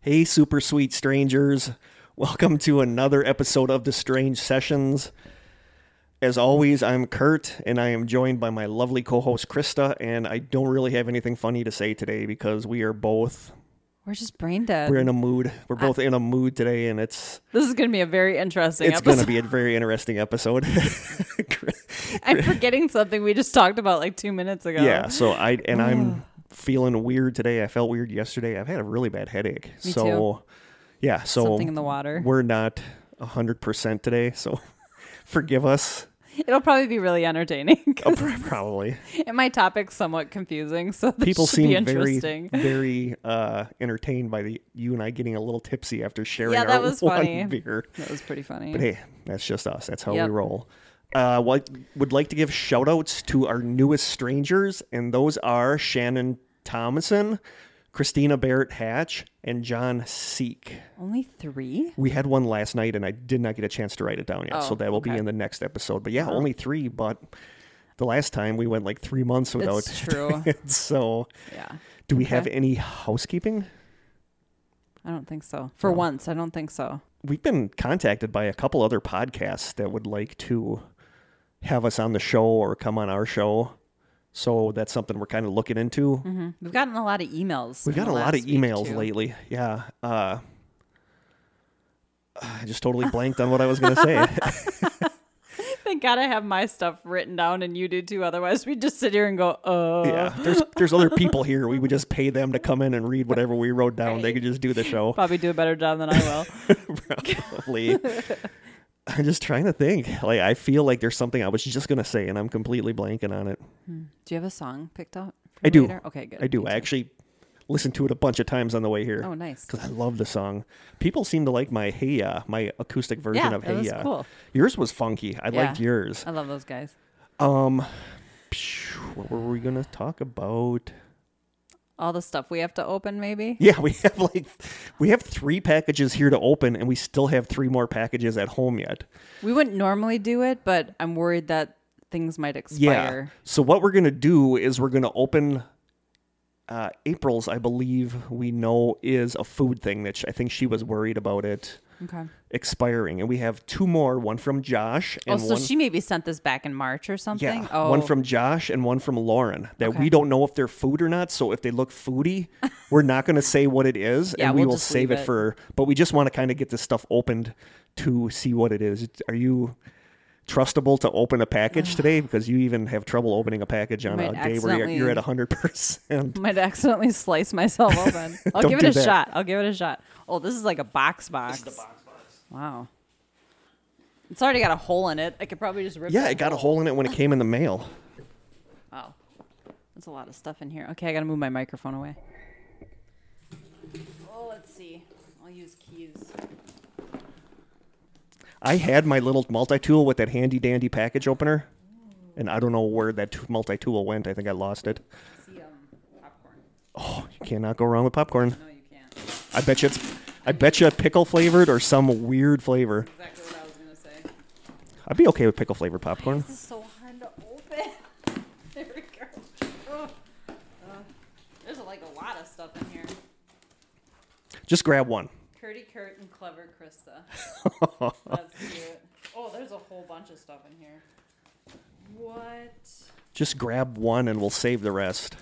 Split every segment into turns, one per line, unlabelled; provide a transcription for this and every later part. Hey, super sweet strangers. Welcome to another episode of The Strange Sessions. As always, I'm Kurt, and I am joined by my lovely co host, Krista. And I don't really have anything funny to say today because we are both.
We're just brain dead.
We're in a mood. We're both in a mood today, and it's
this is going to be a very interesting
it's
episode.
going to be a very interesting episode.
I'm forgetting something we just talked about like two minutes ago.
yeah. So I and I'm feeling weird today. I felt weird yesterday. I've had a really bad headache.
Me
so yeah. So
Something in the water.
we're not 100% today, so forgive us.
It'll probably be really entertaining.
Uh, pr- Probably.
and my topic's somewhat confusing, so this
People
should be
seem very,
interesting.
very uh, entertained by the you and I getting a little tipsy after sharing
Yeah, that
our
was
one
funny.
beer.
That was pretty funny.
But hey, that's just us. That's how
Yep.
we roll. Uh, what would like to give shout outs to our newest strangers, and those are Shannon Thomason, Christina Barrett Hatch, and John Seek.
Only three?
We had one last night, and I did not get a chance to write it down yet, so
Oh,
that will be
okay. Uh-huh.
in the next episode. But yeah, only three. But the last time we went like three months without.
It's true.
it. so,
yeah.
do we have
Okay.
any housekeeping?
I don't think so. For once, I don't think so.
We've been contacted by a couple other podcasts that would like to have us on the show or come on our show. So that's something we're kind of looking into.
Mhm. We've gotten a lot of emails.
We've
in
got a
the
lot of
last week,
emails
too.
lately. Yeah. Uh, I just totally blanked on what I was going to say.
Thank God I have my stuff written down and you do too. Otherwise, we'd just sit here and go, oh.
Yeah, there's there's other people here. We would just pay them to come in and read whatever we wrote down. They could just do the show.
Probably do a better job than I will.
Probably. I'm just trying to think. Like I feel like there's something I was just gonna say, and I'm completely blanking on it.
do you have a song picked out? for
I do.
later? Okay, good.
I do.
Me
I
too.
actually listened to it a bunch of times on the way here
Oh, nice.
because I love the song. People seem to like my Hey Ya, my acoustic version
Yeah,
of uh,
that
Hey
was
Ya.
cool.
Yours was funky. I
Yeah. Uh,
liked yours.
I love those guys.
Um, phew, what were we gonna talk about?
All the stuff we have to open, maybe.
Yeah, we have like we have three packages here to open, and we still have three more packages at home yet.
We wouldn't normally do it, but I'm worried that things might
Yeah.
expire.
So what we're gonna do is we're gonna open uh, April's. I believe we know is a food thing that sh I think she was worried about it
Okay.
expiring, and we have two more. One from Josh
Oh,
and
so
one.
she maybe sent this back in March or something.
yeah,
Oh,
one from Josh and one from Lauren that
Okay.
we don't know if they're food or not. So if they look foodie, we're not going to say what it is,
Yeah,
and we
we'll
will
just
save
leave
it
it.
for. But we just want to kind of get this stuff opened to see what it is. Are you trustable to open a package today? Because you even have trouble opening a package on a
Might
day where you're, you're
accidentally-
at hundred percent.
might accidentally slice myself open. I'll
Don't
give it
do
a
that.
shot. I'll give it a shot. Oh, this is like a box box. Wow. It's already got a hole in it. I could probably just rip.
Yeah,
that
it got a hole in it when it came in the mail.
Wow. That's a lot of stuff in here. Okay, I gotta move my microphone away. Oh, let's see. I'll use keys.
I had my little multi tool with that handy dandy package opener, and I don't know where that multi tool went. I think I lost it.
See, um, popcorn.
You cannot go wrong with popcorn.
No, you can't.
I bet you it's, I bet you pickle flavored or some weird flavor.
Exactly what I was gonna say.
I'd be okay with pickle flavored popcorn.
This is so hard to open. there we go. Ugh. Ugh. there's like a lot of stuff in here.
Just grab one.
Curdy Kurt and Clever Krista. That's cute. Oh, there's a whole bunch of stuff in here. What?
Just grab one and we'll save the rest.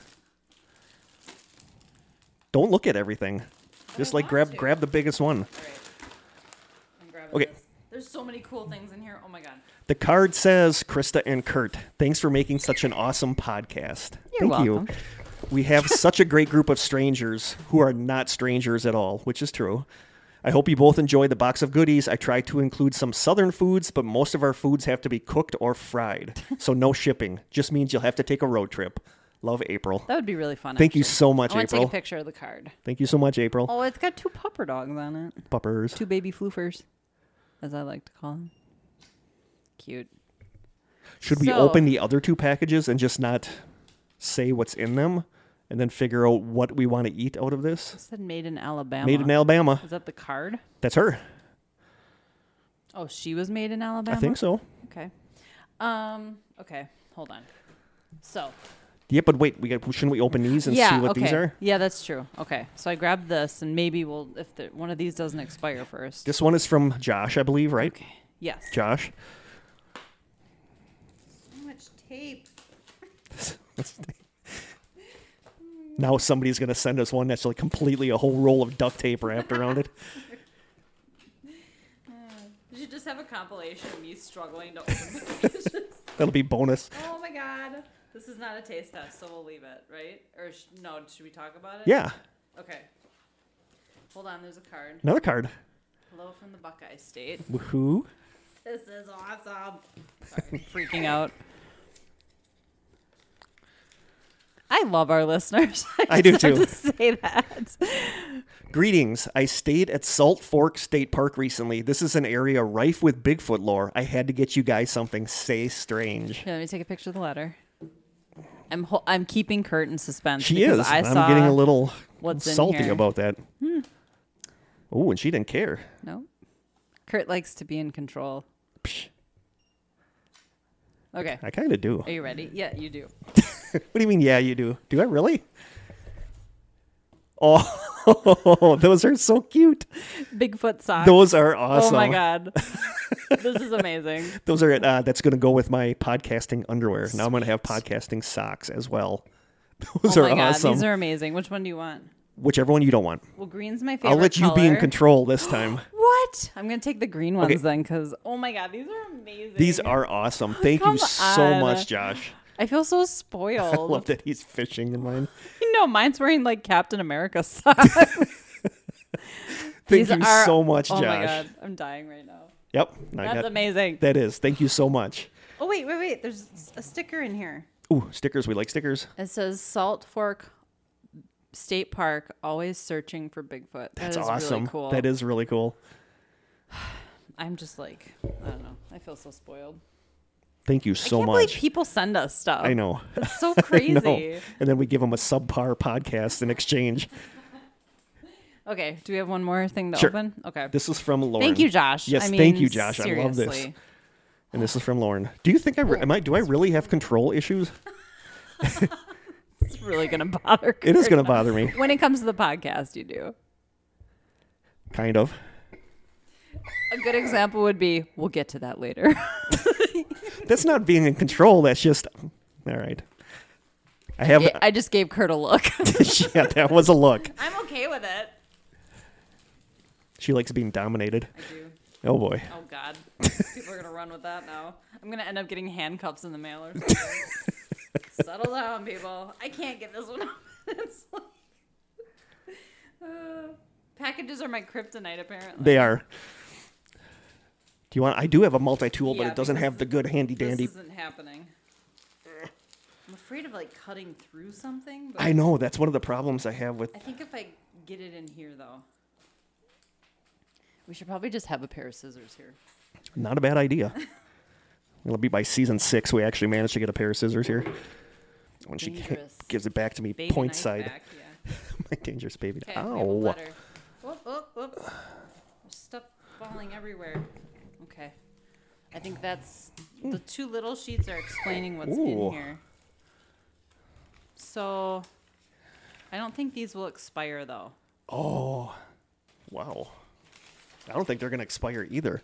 Don't look at everything. Just
I
like
want
grab
to.
grab the biggest one.
All right. I'm grabbing
Okay.
this. There's so many cool things in here. Oh my god.
The card says, Krista and Kurt, thanks for making such an awesome podcast.
You're
Thank you.
welcome.
We have such a great group of strangers who are not strangers at all, which is true. I hope you both enjoy the box of goodies. I try to include some southern foods, but most of our foods have to be cooked or fried. So no shipping. Just means you'll have to take a road trip. Love April.
That would be really fun.
Thank you so much,
I want to take
April.
a picture of the card.
Thank you so much, April.
Oh, it's got two pupper dogs on it.
Puppers.
Two baby floofers, as I like to call them. Cute.
Should we
So-
open the other two packages and just not say what's in them and then figure out what we want to eat out of this?
It said made in Alabama.
Made in Alabama.
Is that the card?
That's her.
Oh, she was made in Alabama.
I think so.
Okay. Um. Okay. Hold on. So,
Yeah, but wait, we got, shouldn't we open these and
yeah.
see what
okay.
these are?
Yeah, that's true. Okay. So I grabbed this, and maybe we'll if the, one of these doesn't expire first.
This one is from Josh, I believe, right?
okay. Yes.
Josh.
So much tape.
Now somebody's gonna send us one that's like completely a whole roll of duct tape wrapped around it.
You should just have a compilation of me struggling to open the packages.
That'll be bonus.
Oh my god. This is not a taste test, so we'll leave it, right? Or sh- no, should we talk about it?
Yeah,
Okay. Hold on, there's a card.
another card.
Hello from the Buckeye State.
Woohoo!
This is awesome. Sorry, freaking out. I love our listeners.
I do
just have
too.
to say that.
Greetings. I stayed at Salt Fork State Park recently. This is an area rife with Bigfoot lore. I had to get you guys something say strange.
Here, let me take a picture of the letter. I'm ho- I'm keeping Kurt in suspense.
She
because
is.
I
I'm
saw
getting a little
what's in
salty
here. Hmm.
about that. Oh, and she didn't care.
No. Kurt likes to be in control.
Psh,
Okay.
I kind of do.
Are you ready? Yeah, you do.
What do you mean? Yeah, you do. Do I really? Oh, those are so cute.
Bigfoot socks.
Those are awesome.
Oh my god. this is amazing.
Those are uh, that's going to go with my podcasting underwear. Now I'm going to have podcasting socks as well. Those
oh
are
my god,
awesome.
these are amazing. Which one do you want?
Whichever one you don't want.
Well, green's my favorite.
I'll let you be in
color.
control this time.
What? I'm gonna take the green ones
Okay.
then, because oh my god, these are amazing.
These are awesome. Thank you
Come
so
on.
much, Josh.
I feel so
I
spoiled.
love that he's fishing in mine.
No, mine's wearing like Captain America socks.
Thank
These
you
are-
so much,
Oh
Josh.
my god, I'm dying right now.
Yep. I
That's
got-
amazing.
that is. Thank you so much.
Oh wait, wait, wait. There's a sticker in here.
Ooh, stickers. We like stickers.
It says Salt Fork State Park, always searching for Bigfoot. That
That's
is
awesome.
really cool.
That is really cool.
I'm just like, I don't know. I feel so spoiled.
Thank you so
I can't
much.
believe people send us stuff.
I know.
It's so
I know.
crazy.
And then we give him a subpar podcast in exchange.
okay, do we have one more thing to
Sure.
open? Okay.
This is from Lauren.
Thank you, Josh.
Yes,
I mean,
thank you, Josh. I love this.
seriously.
And this is from Lauren. Do you think I re- am I? Do I really have control issues?
It's really gonna bother.
It is
Kurt.
going to bother me,
When it comes to the podcast, you do.
kind of.
A good example would be we'll get to that later.
That's not being in control. That's just all right. I have.
I just gave Kurt a look.
yeah, that was a look.
I'm okay with it.
She likes being dominated.
I do.
Oh boy.
Oh God, people are gonna run with that now. I'm gonna end up getting handcuffs in the mail or something. Settle down, people. I can't get this one off. It's like, uh, packages are my kryptonite, apparently.
They are. Do you want? I do have a multi-tool, but
Yeah,
it doesn't
because
have the good handy dandy.
This isn't happening. I'm afraid of like cutting through something, but
I know that's one of the problems I have with.
I think if I get it in here though. We should probably just have a pair of scissors here.
Not a bad idea. It'll be by season six we actually managed to get a pair of scissors here. When she ca-
Dangerous.
gives it back to me,
Baby
point
knife
side.
Back, yeah.
My dangerous baby.
Okay, we have a
Ow.
letter. Whoop, whoop, whoop. There's Stuff falling everywhere. Okay. I think that's the two little sheets are explaining what's
Hmm. Ooh.
in here. So I don't think these will expire though.
Wow. I don't think they're going to expire either.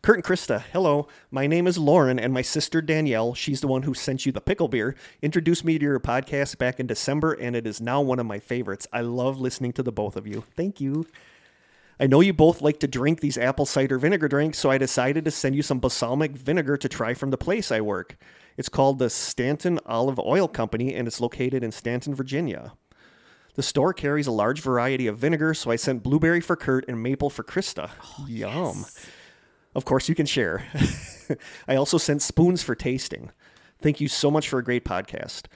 Kurt and Krista, hello. My name is Lauren, and my sister Danielle, she's the one who sent you the pickle beer, introduced me to your podcast back in December, and it is now one of my favorites. I love listening to the both of you. Thank you. I know you both like to drink these apple cider vinegar drinks, so I decided to send you some balsamic vinegar to try from the place I work. It's called the Stanton Olive Oil Company, and it's located in Stanton, Virginia. The store carries a large variety of vinegar, so I sent blueberry for Kurt and maple for Krista.
Oh,
Yum. Of course, you can share. I also sent spoons for tasting. Thank you so much for a great podcast.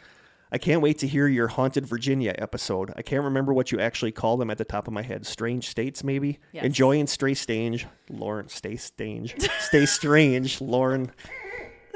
I can't wait to hear your Haunted Virginia episode. I can't remember what you actually call them at the top of my head. Strange States, maybe?
Yes.
Enjoy and stay strange, Lauren. Stay strange. stay strange, Lauren.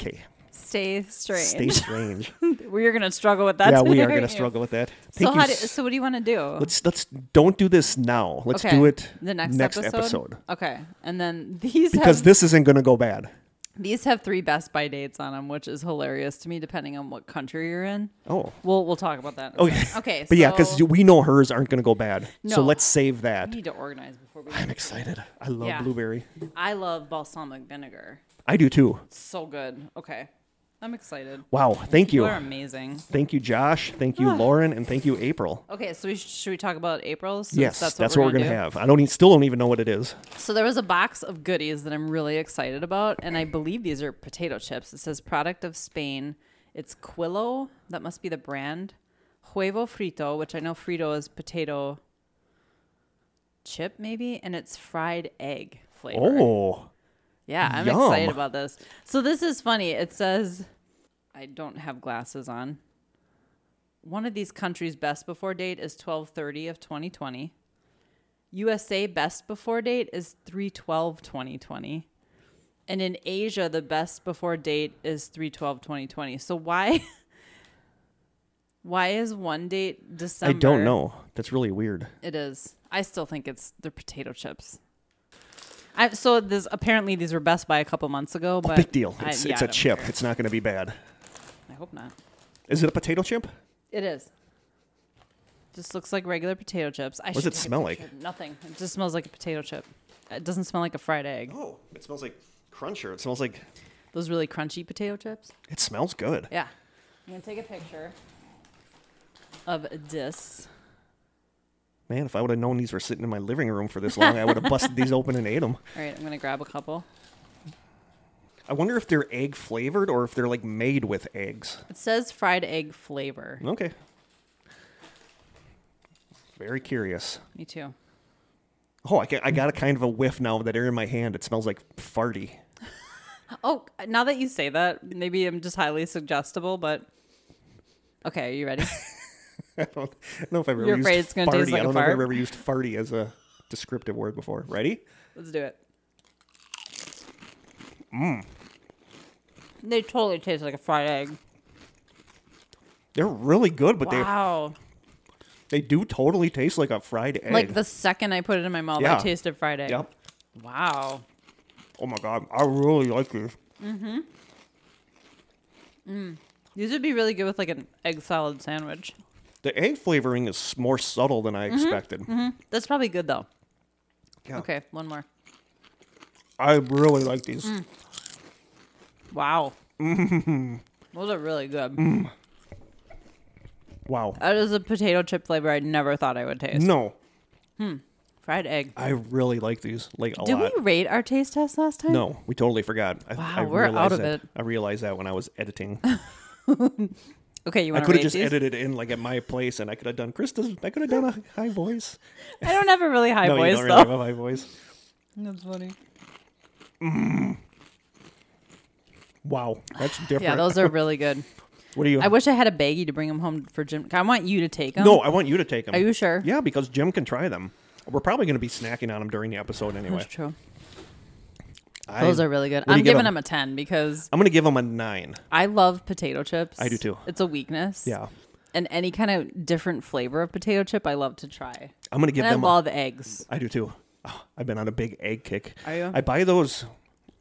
Okay.
Stay straight.
Stay strange.
We're gonna struggle with that.
yeah, we are
today,
going to
aren't you?
struggle with that.
So
Thank you
how do,
s-
so what do you want to do?
Let's let's don't do this now. Let's do it
the next,
episode.
Okay, and then these
because
have,
this isn't going to go bad.
These have three best by dates on them, which is hilarious to me, depending on what country you're in.
Oh.
We'll we'll talk about that. in a
Okay.
second. Okay.
But yeah,
so
'cause yeah, because we know hers aren't going to go bad. So
No.
let's save that.
we need to organize before we.
I'm excited. I love
Yeah.
blueberry.
I love balsamic vinegar.
I do too.
It's so good. Okay. I'm excited.
Wow. Thank you.
are amazing.
Thank you, Josh. Thank
Ah.
you, Lauren. And thank you, April.
Okay, so we sh- should we talk about April's? since
yes, that's, what we're going to
do?
have. I don't e- still don't even know what it is.
So there was a box of goodies that I'm really excited about, and I believe these are potato chips. It says product of Spain. It's Quillo. That must be the brand. Huevo frito, which I know frito is potato chip, maybe, and it's fried egg flavor.
Oh,
yeah, I'm
yum.
excited about this. So this is funny. It says, I don't have glasses on. One of these countries' best before date is 12:30 of 2020. USA best before date is 3/12/2020. And in Asia the best before date is 3/12/2020. So why why is one date December?
I don't know. That's really weird.
It is. I still think it's the potato chips. I so this apparently these were Best Buy a couple months ago, but
Big deal.
I-
It's,
yeah,
it's
I
a
don't
chip.
care.
It's not going to be bad.
I hope not.
Is it a potato chip?
It is. Just looks like regular potato chips. I
does
should
it
take a
smell
picture.
like?
Nothing. It just smells like a potato chip. It doesn't smell like a fried egg.
Oh, it smells like cruncher. It smells like
Those really crunchy potato chips.
it smells good.
Yeah. I'm gonna take a picture of this.
Man, if I would have known these were sitting in my living room for this long, I would have busted these open and ate them.
All right, I'm gonna grab a couple.
I wonder if they're egg flavored or if they're like made with eggs.
It says fried egg flavor.
Okay. Very curious.
Me too.
Oh, I, ca- I got a kind of a whiff now that air in my hand. It smells like farty.
Oh, now that you say that, maybe I'm just highly suggestible, but okay, are you ready?
I don't know if I've ever
You're
used
afraid it's gonna
farty.
taste like
I
a
don't know if I've
fart?
ever used farty as a descriptive word before. Ready?
Let's do it. Mm. They totally taste like a fried egg.
They're really good, but
Wow.
they they do totally taste like a fried egg.
Like the second I put it in my mouth,
Yeah.
I tasted fried egg.
Yep.
Wow.
Oh my god, I really like this.
These would be really good with like an egg salad sandwich.
The egg flavoring is more subtle than I
Mm-hmm.
expected.
That's probably good though.
Yeah.
Okay, one more.
I really like these.
Mm. Wow. Those are really good.
Mm-hmm. Wow.
That is a potato chip flavor I never thought I would taste.
No,
Fried egg.
I really like these like a
Did
lot.
we rate our taste test last time?
No, we totally forgot. I,
Wow,
I
we're out
realized
of
that-
it.
I realized that when I was editing.
Okay, you
I could
want to rate
have just
these?
edited in like at my place, and I could have done Krista's. I could have done a high voice.
I don't have a really high
no,
voice
you don't
though.
really have a high voice.
That's funny.
Wow, that's different.
Yeah, those are really good.
What are you?
I wish I had a baggie to bring them home for Jim. I want you to take them.
no, I want you to take them.
Are you sure?
Yeah, because Jim can try them. We're probably going to be snacking on them during the episode anyway.
that's true.
I-
Those are really good.
what do
I'm
you give
giving
'em?
them a ten because
I'm going to give them a nine.
I love potato chips.
I do too.
It's a weakness.
Yeah,
And any kind of different flavor of potato chip, I love to try.
I'm going to give
And I
them.
love eggs.
A, I do too. Oh, I've been on a big egg kick.
Are you?
I buy those.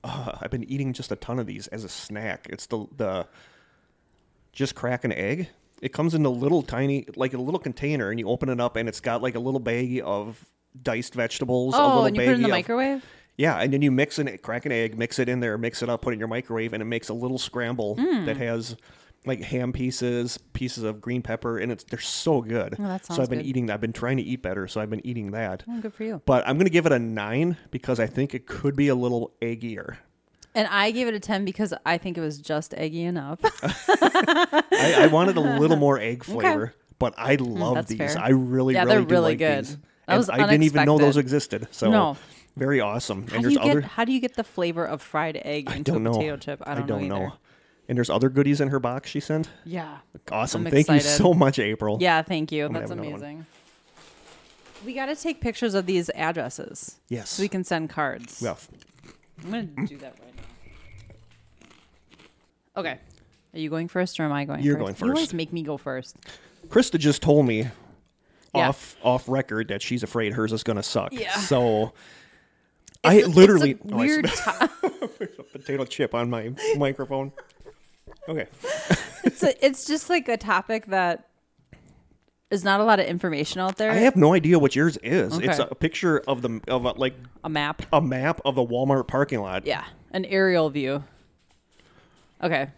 Uh, I've been eating just a ton of these as a snack. It's the the just crack an egg. It comes in a little tiny, like a little container, and you open it up, and it's got like a little baggie of diced vegetables. a
Oh,
little
and you
baggie
put it in the
of-
microwave.
Yeah, and then you mix in it, crack an egg, mix it in there, mix it up, put it in your microwave, and it makes a little scramble
Mm.
that has like ham pieces, pieces of green pepper, and it's they're so good.
Oh, that
so
sounds
I've been
good.
eating. I've been trying to eat better, so I've been eating that.
Oh, good for you.
But I'm gonna give it a nine because I think it could be a little eggier.
And I gave it a ten because I think it was just eggy enough.
I, I wanted a little more egg flavor, but I love
Mm, that's
these.
fair.
I really,
Yeah,
really,
they're
do
really
like
good.
these.
That
And
was
I didn't even know those
unexpected.
existed. So
No.
very awesome. And
how do
there's
you
other
get how do you get the flavor of fried egg into
don't
a
know.
potato chip? I don't, know. either.
And there's other goodies in her box she sent.
Yeah.
Awesome.
I'm
Thank you
excited.
so much, April.
Yeah, thank you.
gonna
That's
have another one.
amazing. We got to take pictures of these addresses.
Yes.
So we can send cards.
Yeah.
I'm going to do that right now. Okay. Are you going first or am I going
You're
first?
going
You always
first.
make me go first.
Krista just told me
Yeah.
off off record that she's afraid hers is gonna suck.
Yeah.
So I literally
it's a
oh, I
weird.
sm-
ti-
a potato chip on my microphone. Okay.
it's a- it's just like a topic that there's not a lot of information out there.
I have no idea what yours is. It's
Okay.
a picture of the of a, like
a map.
a map of the Walmart parking lot.
Yeah, an aerial view. Okay.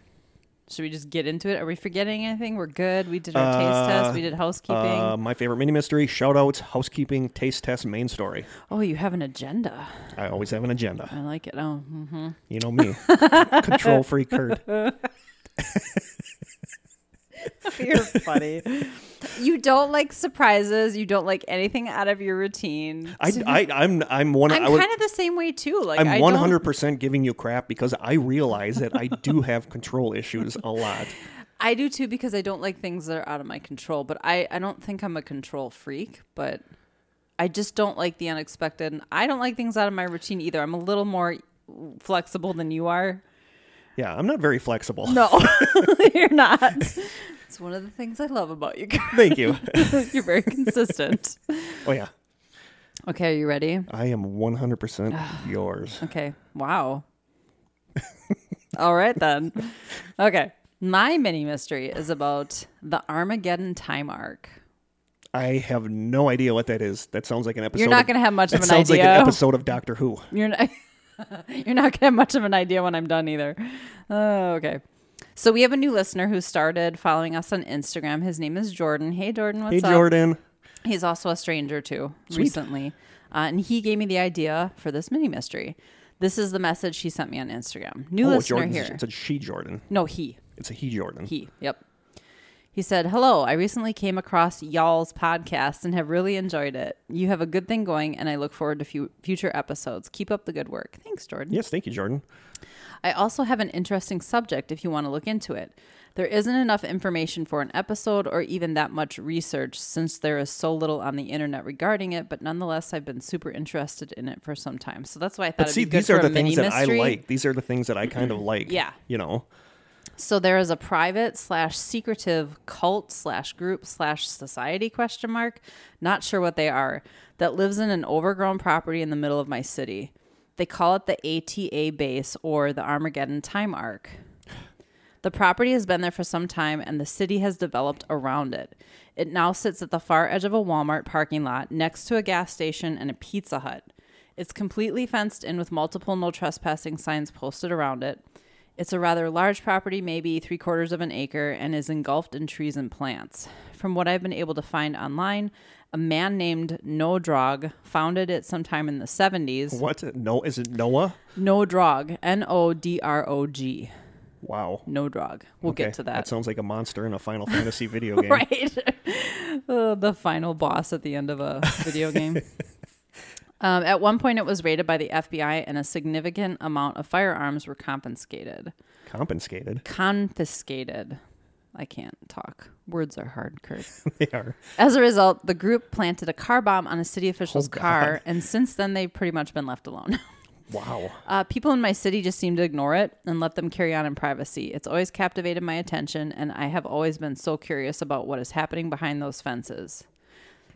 Should we just get into it? Are we forgetting anything? We're good. We did our taste test. We did housekeeping.
Uh, my favorite mini mystery, shout outs, housekeeping, taste test, main story.
oh, you have an agenda.
I always have an agenda.
I like it. Oh, mhm.
You know me. Control free Kurt.
you're funny. You don't like surprises. You don't like anything out of your routine.
I, I I'm I'm one
I'm
I would,
kind of the same way too. Like I
I'm
don't-
100% giving you crap because I realize that I do have control issues a lot.
I do too because I don't like things that are out of my control. But I, I don't think I'm a control freak, but I just don't like the unexpected. And I don't like things out of my routine either. I'm a little more flexible than you are.
Yeah, I'm not very flexible.
No, you're not. It's one of the things I love about you. Karen.
Thank you.
you're very consistent.
Oh yeah.
Okay, are you ready?
I am 100% yours.
Okay. Wow. All right then. Okay. My mini mystery is about the Armageddon time arc.
I have no idea what that is. That sounds like an episode.
You're not
of-
going to have much
That
of an
sounds
idea.
like an episode of Doctor Who.
You're not. you're not gonna have much of an idea when I'm done either. Oh, okay. So we have a new listener who started following us on Instagram. His name is Jordan. Hey Jordan, what's
Hey,
up?
Jordan.
He's also a stranger too recently. Uh, and he gave me the idea for this mini mystery. This is the message he sent me on Instagram. New
Oh,
listener
Jordan.
here.
It's a she Jordan.
no, he.
It's a he Jordan.
He. Yep. He said, Hello, I recently came across y'all's podcast and have really enjoyed it. You have a good thing going, and I look forward to fu- future episodes. Keep up the good work. Thanks, Jordan.
Yes, thank you, Jordan.
I also have an interesting subject if you want to look into it. There isn't enough information for an episode or even that much research since there is so little on the internet regarding it, but nonetheless, I've been super interested in it for some time. So that's why I thought
But
it'd
see,
be good
these
for
are
a
the
mini
things that I
mystery.
like. These are the things that I kind of like.
Yeah.
You know,
So there is a private slash secretive cult slash group slash society question mark, not sure what they are, that lives in an overgrown property in the middle of my city. They call it the ATA base or the Armageddon time arc. The property has been there for some time and the city has developed around it. It now sits at the far edge of a Walmart parking lot next to a gas station and a Pizza Hut. It's completely fenced in with multiple no trespassing signs posted around it. It's a rather large property, maybe three quarters of an acre, and is engulfed in trees and plants. From what I've been able to find online, a man named Nodrog founded it sometime in the 70s.
what? No, is it Noah?
Nodrog, N O D R O G.
Wow.
Nodrog. We'll
Okay,
get to that.
That sounds like a monster in a Final Fantasy video game.
right? Uh, the final boss at the end of a video game. Um, at one point, it was raided by the FBI, and a significant amount of firearms were confiscated.
Compensated.
Confiscated. I can't talk. Words are hard, Kurt.
they are.
As a result, the group planted a car bomb on a city official's car, and since then, they've pretty much been left alone.
Wow.
Uh, people in my city just seem to ignore it and let them carry on in privacy. It's always captivated my attention, and I have always been so curious about what is happening behind those fences.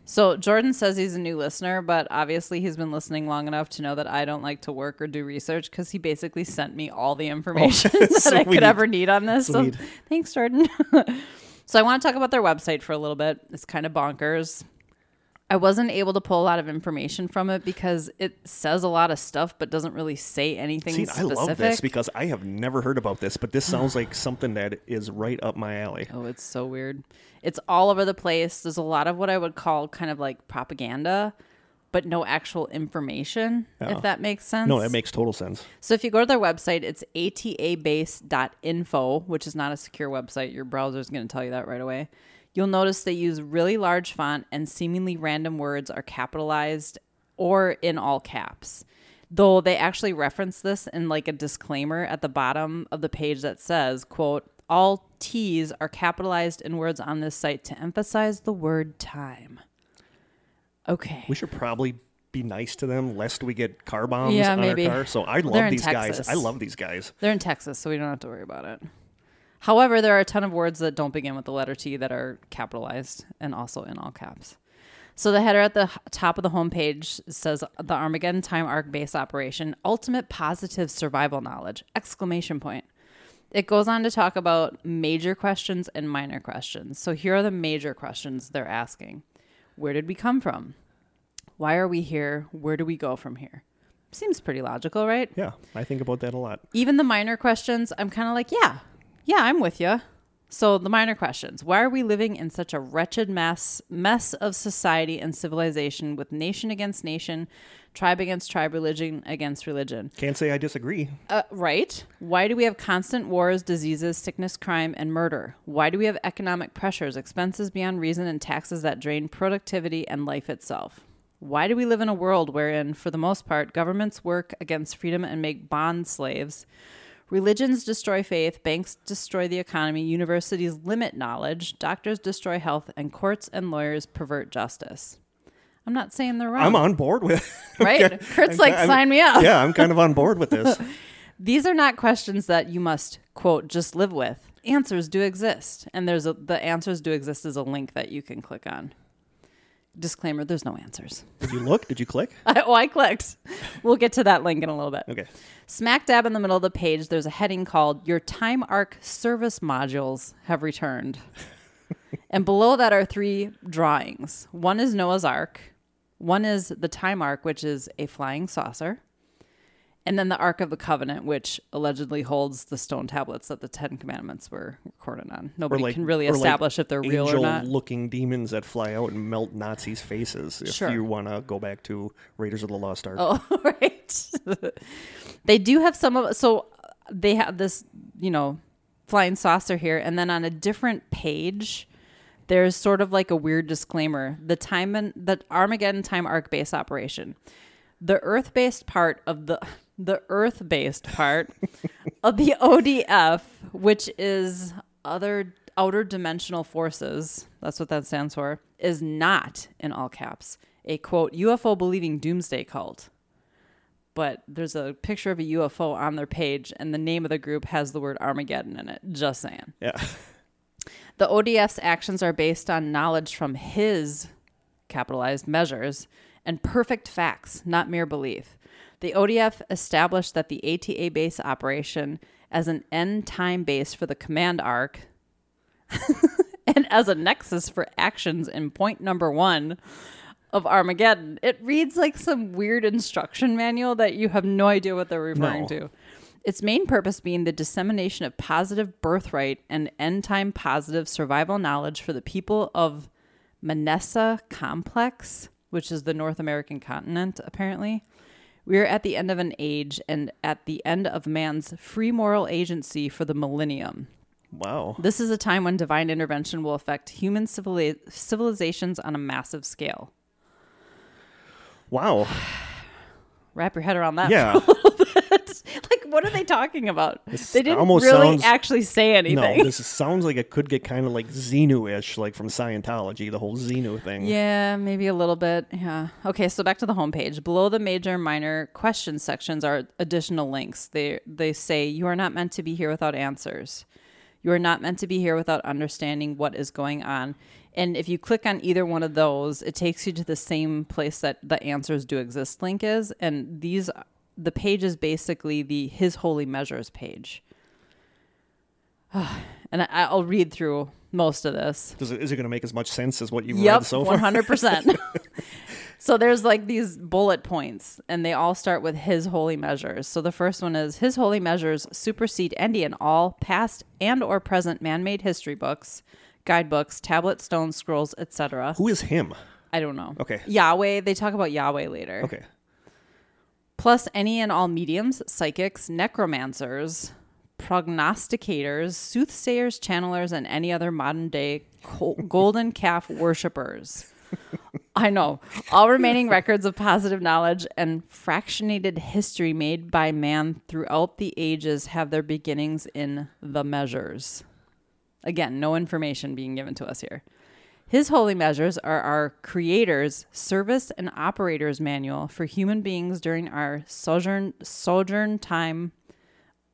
So, Jordan says he's a new listener, but obviously he's been listening long enough to know that I don't like to work or do research because he basically sent me all the information that I
Oh, sweet.
could ever need on this.
Sweet.
So, thanks, Jordan. so, I want to talk about their website for a little bit. It's kind of bonkers. I wasn't able to pull a lot of information from it because it says a lot of stuff but doesn't really say anything
See, I
specific.
love this because I have never heard about this, but this sounds like something that is right up my alley.
oh, it's so weird. It's all over the place. There's a lot of what I would call kind of like propaganda, but no actual information, if that makes sense.
Oh. No, that makes total sense.
So if you go to their website, it's atabase.info, which is not a secure website. Your browser's going to tell you that right away. You'll notice they use really large font and seemingly random words are capitalized or in all caps. Though they actually reference this in like a disclaimer at the bottom of the page that says, quote, all T's are capitalized in words on this site to emphasize the word time. Okay.
We should probably be nice to them lest we get car bombs
Yeah,
on
maybe.
our car. So I
they're
love
in
these guys.
Texas.
I love these guys.
They're in Texas, so we don't have to worry about it. However, there are a ton of words that don't begin with the letter T that are capitalized and also in all caps. So the header at the h- top of the homepage says the Armageddon time arc base operation, ultimate positive survival knowledge! Exclamation point. It goes on to talk about major questions and minor questions. So here are the major questions they're asking. Where did we come from? Why are we here? Where do we go from here? Seems pretty logical, right?
Yeah, I think about that a lot.
even the minor questions, I'm kind of like, yeah, yeah, I'm with you. So the minor questions: Why are we living in such a wretched mess mess of society and civilization, with nation against nation, tribe against tribe, religion against religion?
Can't say I disagree.
Uh, right? Why do we have constant wars, diseases, sickness, crime, and murder? Why do we have economic pressures, expenses beyond reason, and taxes that drain productivity and life itself? Why do we live in a world wherein, for the most part, governments work against freedom and make bond slaves? Religions destroy faith, banks destroy the economy, universities limit knowledge, doctors destroy health, and courts and lawyers pervert justice. I'm not saying they're wrong,
I'm on board with.
right? Kurt's like,
I'm-
sign me up.
yeah, I'm kind of on board with this.
These are not questions that you must, quote, just live with. Answers do exist. And there's a, the answers do exist is a link that you can click on. Disclaimer there's no answers.
Did you look? Did you click?
I, oh, I clicked. We'll get to that link in a little bit.
Okay.
Smack dab in the middle of the page, there's a heading called Your Time Arc Service Modules Have Returned. and below that are three drawings one is Noah's Ark, one is the Time Arc, which is a flying saucer, and then the Ark of the Covenant, which allegedly holds the stone tablets that the Ten Commandments were recorded on. Nobody can really
or like
establish if they're real or not.
Angel-looking demons that fly out and melt Nazis' faces. If
Sure.
you want to go back to Raiders of the Lost Ark,
Oh, right. they do have some of so they have this, you know, flying saucer here and then on a different page there's sort of like a weird disclaimer. The time and the Armageddon time arc base operation. The earth-based part of the the earth-based part of the ODF, which is other outer dimensional forces, that's what that stands for, is not in all caps a quote UFO believing doomsday cult but there's a picture of a UFO on their page, and the name of the group has the word Armageddon in it. Just saying.
yeah,
The ODF's actions are based on knowledge from his capitalized measures and perfect facts, not mere belief. The ODF established that the ATA base operation as an end time base for the command arc and as a nexus for actions in point number one of Armageddon. It reads like some weird instruction manual that you have no idea what they're referring
No.
to. Its main purpose being the dissemination of positive birthright and end time positive survival knowledge for the people of Manessa Complex, which is the North American continent, apparently. We are at the end of an age and at the end of man's free moral agency for the millennium.
wow.
This is a time when divine intervention will affect human civili- civilizations on a massive scale.
Wow.
Wrap your head around that.
Yeah.
like, what are they talking about?
This
they didn't
almost
really
sounds-
actually say anything.
No, this is- sounds like it could get kind of like Xenu-ish, like from Scientology, the whole Xenu thing.
Yeah, maybe a little bit. Yeah. Okay, so back to the homepage. Below the major and minor question sections are additional links. They they say you are not meant to be here without answers. You are not meant to be here without understanding what is going on. And if you click on either one of those, it takes you to the same place that the answers do exist link is. And these the page is basically the his holy measures page. And I, I'll read through most of this.
Does it, is it going to make as much sense as what you've
Yep,
read so
one
far?
hundred percent. So there's like these bullet points, and they all start with His holy measures. So the first one is His holy measures supersede any and all past and or present man-made history books, guidebooks, tablet, stones, scrolls, etc.
Who is him?
I don't know.
Okay.
Yahweh. They talk about Yahweh later.
Okay.
Plus any and all mediums, psychics, necromancers, prognosticators, soothsayers, channelers, and any other modern day col- golden calf worshippers. I know. All remaining records of positive knowledge and fractionated history made by man throughout the ages have their beginnings in the measures. Again, no information being given to us here. His holy measures are our Creator's Service and Operators Manual for human beings during our sojourn sojourn time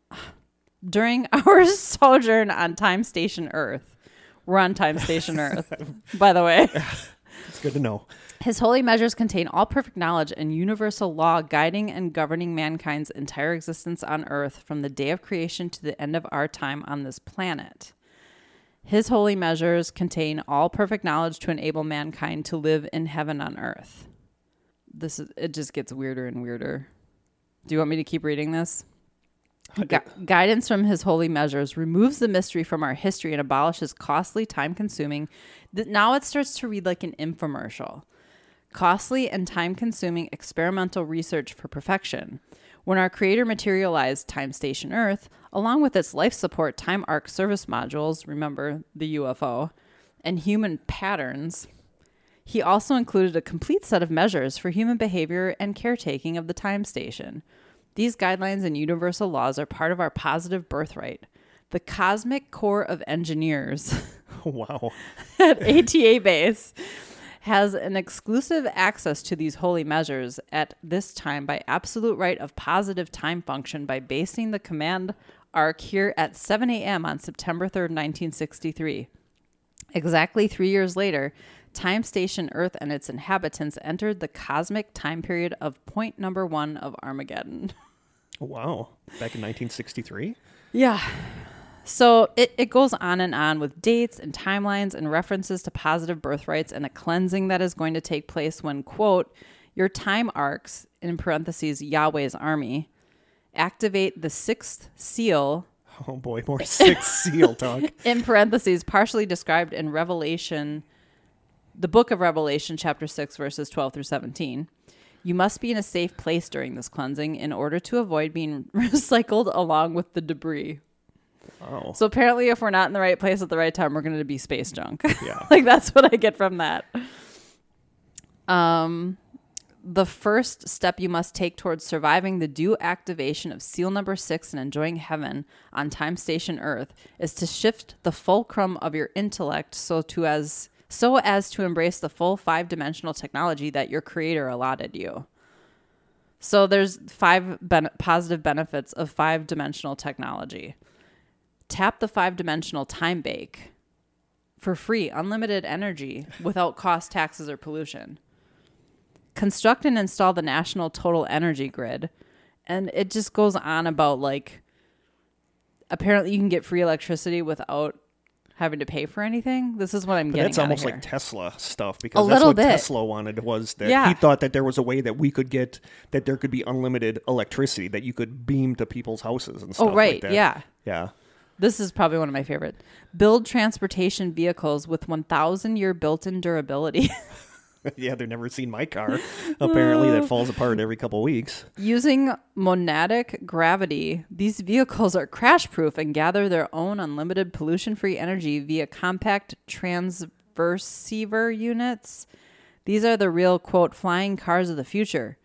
during our sojourn on Time Station Earth. We're on Time Station Earth, by the way.
It's good to know.
His holy measures contain all perfect knowledge and universal law guiding and governing mankind's entire existence on earth from the day of creation to the end of our time on this planet. His holy measures contain all perfect knowledge to enable mankind to live in heaven on earth. This is, it just gets weirder and weirder. Do you want me to keep reading this? Gu- guidance from his holy measures removes the mystery from our history and abolishes costly, time consuming. Th- now it starts to read like an infomercial. Costly and time consuming experimental research for perfection. When our creator materialized Time Station Earth, along with its life support time arc service modules, remember the UFO, and human patterns, he also included a complete set of measures for human behavior and caretaking of the time station. These guidelines and universal laws are part of our positive birthright. The Cosmic Corps of Engineers
Wow.
at ATA base has an exclusive access to these holy measures at this time by absolute right of positive time function by basing the command arc here at 7 a.m. on September 3rd, 1963. Exactly three years later, time station Earth and its inhabitants entered the cosmic time period of point number one of Armageddon.
Wow. Back in 1963?
Yeah. So it, it goes on and on with dates and timelines and references to positive birthrights and a cleansing that is going to take place when, quote, your time arcs, in parentheses, Yahweh's army, activate the sixth seal,
Oh boy, more six seal talk.
in parentheses, partially described in Revelation, the book of Revelation, chapter 6, verses 12 through 17. You must be in a safe place during this cleansing in order to avoid being recycled along with the debris.
Wow.
So apparently, if we're not in the right place at the right time, we're going to be space junk.
Yeah.
like that's what I get from that. Um, the first step you must take towards surviving the due activation of seal number six and enjoying heaven on time station Earth is to shift the fulcrum of your intellect so to as so as to embrace the full five dimensional technology that your creator allotted you. So there's five ben- positive benefits of five dimensional technology tap the five dimensional time bake for free, unlimited energy without cost, taxes, or pollution. Construct and install the national total energy grid. And it just goes on about like apparently you can get free electricity without having to pay for anything. This is what I'm
But
getting.
that's almost
out of
like
here.
Tesla stuff because that's
little
what
bit.
Tesla wanted was that
Yeah.
he thought that there was a way that we could get that there could be unlimited electricity that you could beam to people's houses and stuff. like
Oh, right,
that.
yeah.
Yeah.
This is probably one of my favorite. Build transportation vehicles with 1,000 year built in durability.
yeah, they've never seen my car. Apparently
Uh.
that falls apart every couple weeks.
Using monadic gravity, these vehicles are crash proof and gather their own unlimited pollution free energy via compact transversiver units. These are the real, quote, flying cars of the future.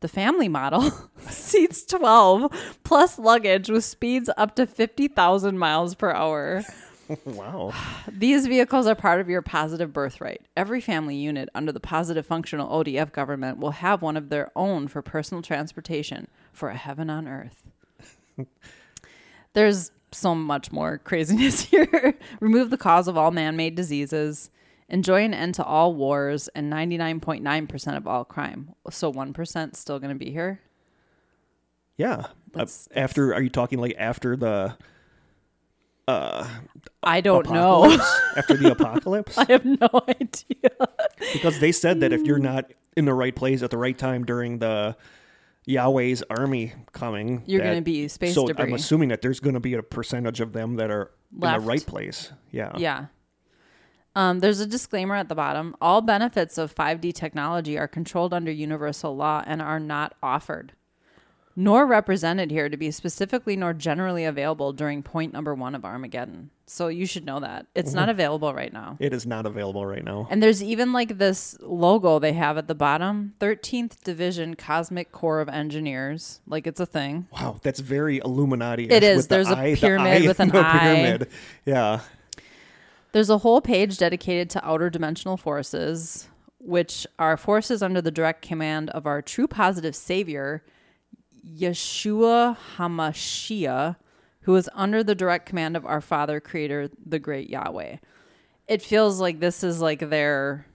The family model seats 12 plus luggage with speeds up to 50,000 miles per hour.
Wow.
These vehicles are part of your positive birthright. Every family unit under the positive functional ODF government will have one of their own for personal transportation for a heaven on earth. There's so much more craziness here. Remove the cause of all man made diseases. Enjoy an end to all wars and 99.9% of all crime. So 1% still going to be here?
Yeah. Uh,
That's-
after are you talking like after the
I don't
apocalypse?
know.
after the apocalypse?
I have no idea.
Because they said that if
mm.
you're not in the right place at the right time during the Yahweh's army coming,
You're
that-
gonna be space
so I'm
debris.
assuming that there's going to be a percentage of them that are in
Left.
the right place. Yeah.
Yeah. Um, there's a disclaimer at the bottom. All benefits of 5D technology are controlled under universal law and are not offered, nor represented here to be specifically nor generally available during point number one of Armageddon. So you should know that. It's not available right now.
It is not available right now.
And there's even like this logo they have at the bottom 13th Division Cosmic Corps of Engineers. Like it's a thing.
Wow, that's very Illuminati.
It is. There's a pyramid with an eye.
Yeah.
There's a whole page dedicated to outer dimensional forces, which are forces under the direct command of our true positive savior, Yeshua HaMashiach, who is under the direct command of our Father, Creator, the great Yahweh. It feels like this is like their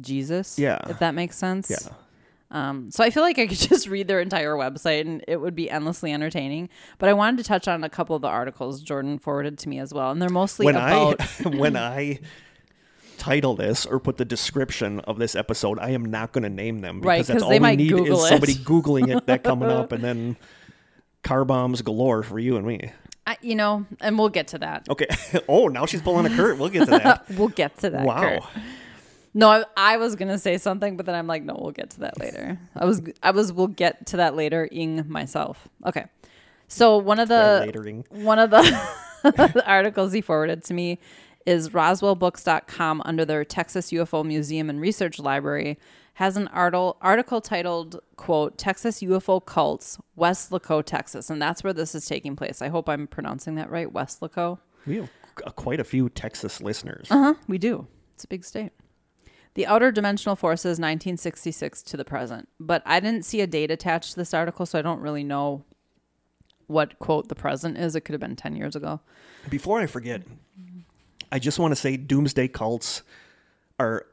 Jesus.
Yeah.
If that makes sense.
Yeah.
Um, so I feel like I could just read their entire website and it would be endlessly entertaining. But I wanted to touch on a couple of the articles Jordan forwarded to me as well, and they're mostly
when
about.
I when I title this or put the description of this episode, I am not going to name them because
Right,
that's
'cause
all
they
we
might
need
Google
is
it.
somebody googling it that coming up and then car bombs galore for you and me.
I, you know, and we'll get to that.
Okay. Oh, now she's pulling a Kurt. We'll get to that.
We'll get to that.
wow.
Kurt. No, I, I was gonna say something, but then I'm like, no, we'll get to that later. I was, I was, we'll get to that later. Ing myself. Okay. So one of the
Very latering.
one of the, the articles he forwarded to me is RoswellBooks.com under their Texas UFO Museum and Research Library has an article article titled quote Texas UFO cults Westlaco Texas and that's where this is taking place. I hope I'm pronouncing that right Westlaco.
We have uh, quite a few Texas listeners.
Uh-huh, we do. It's a big state. The outer dimensional forces 1966 to the present. But I didn't see a date attached to this article so I don't really know what quote the present is. It could have been 10 years ago.
Before I forget, I just want to say doomsday cults are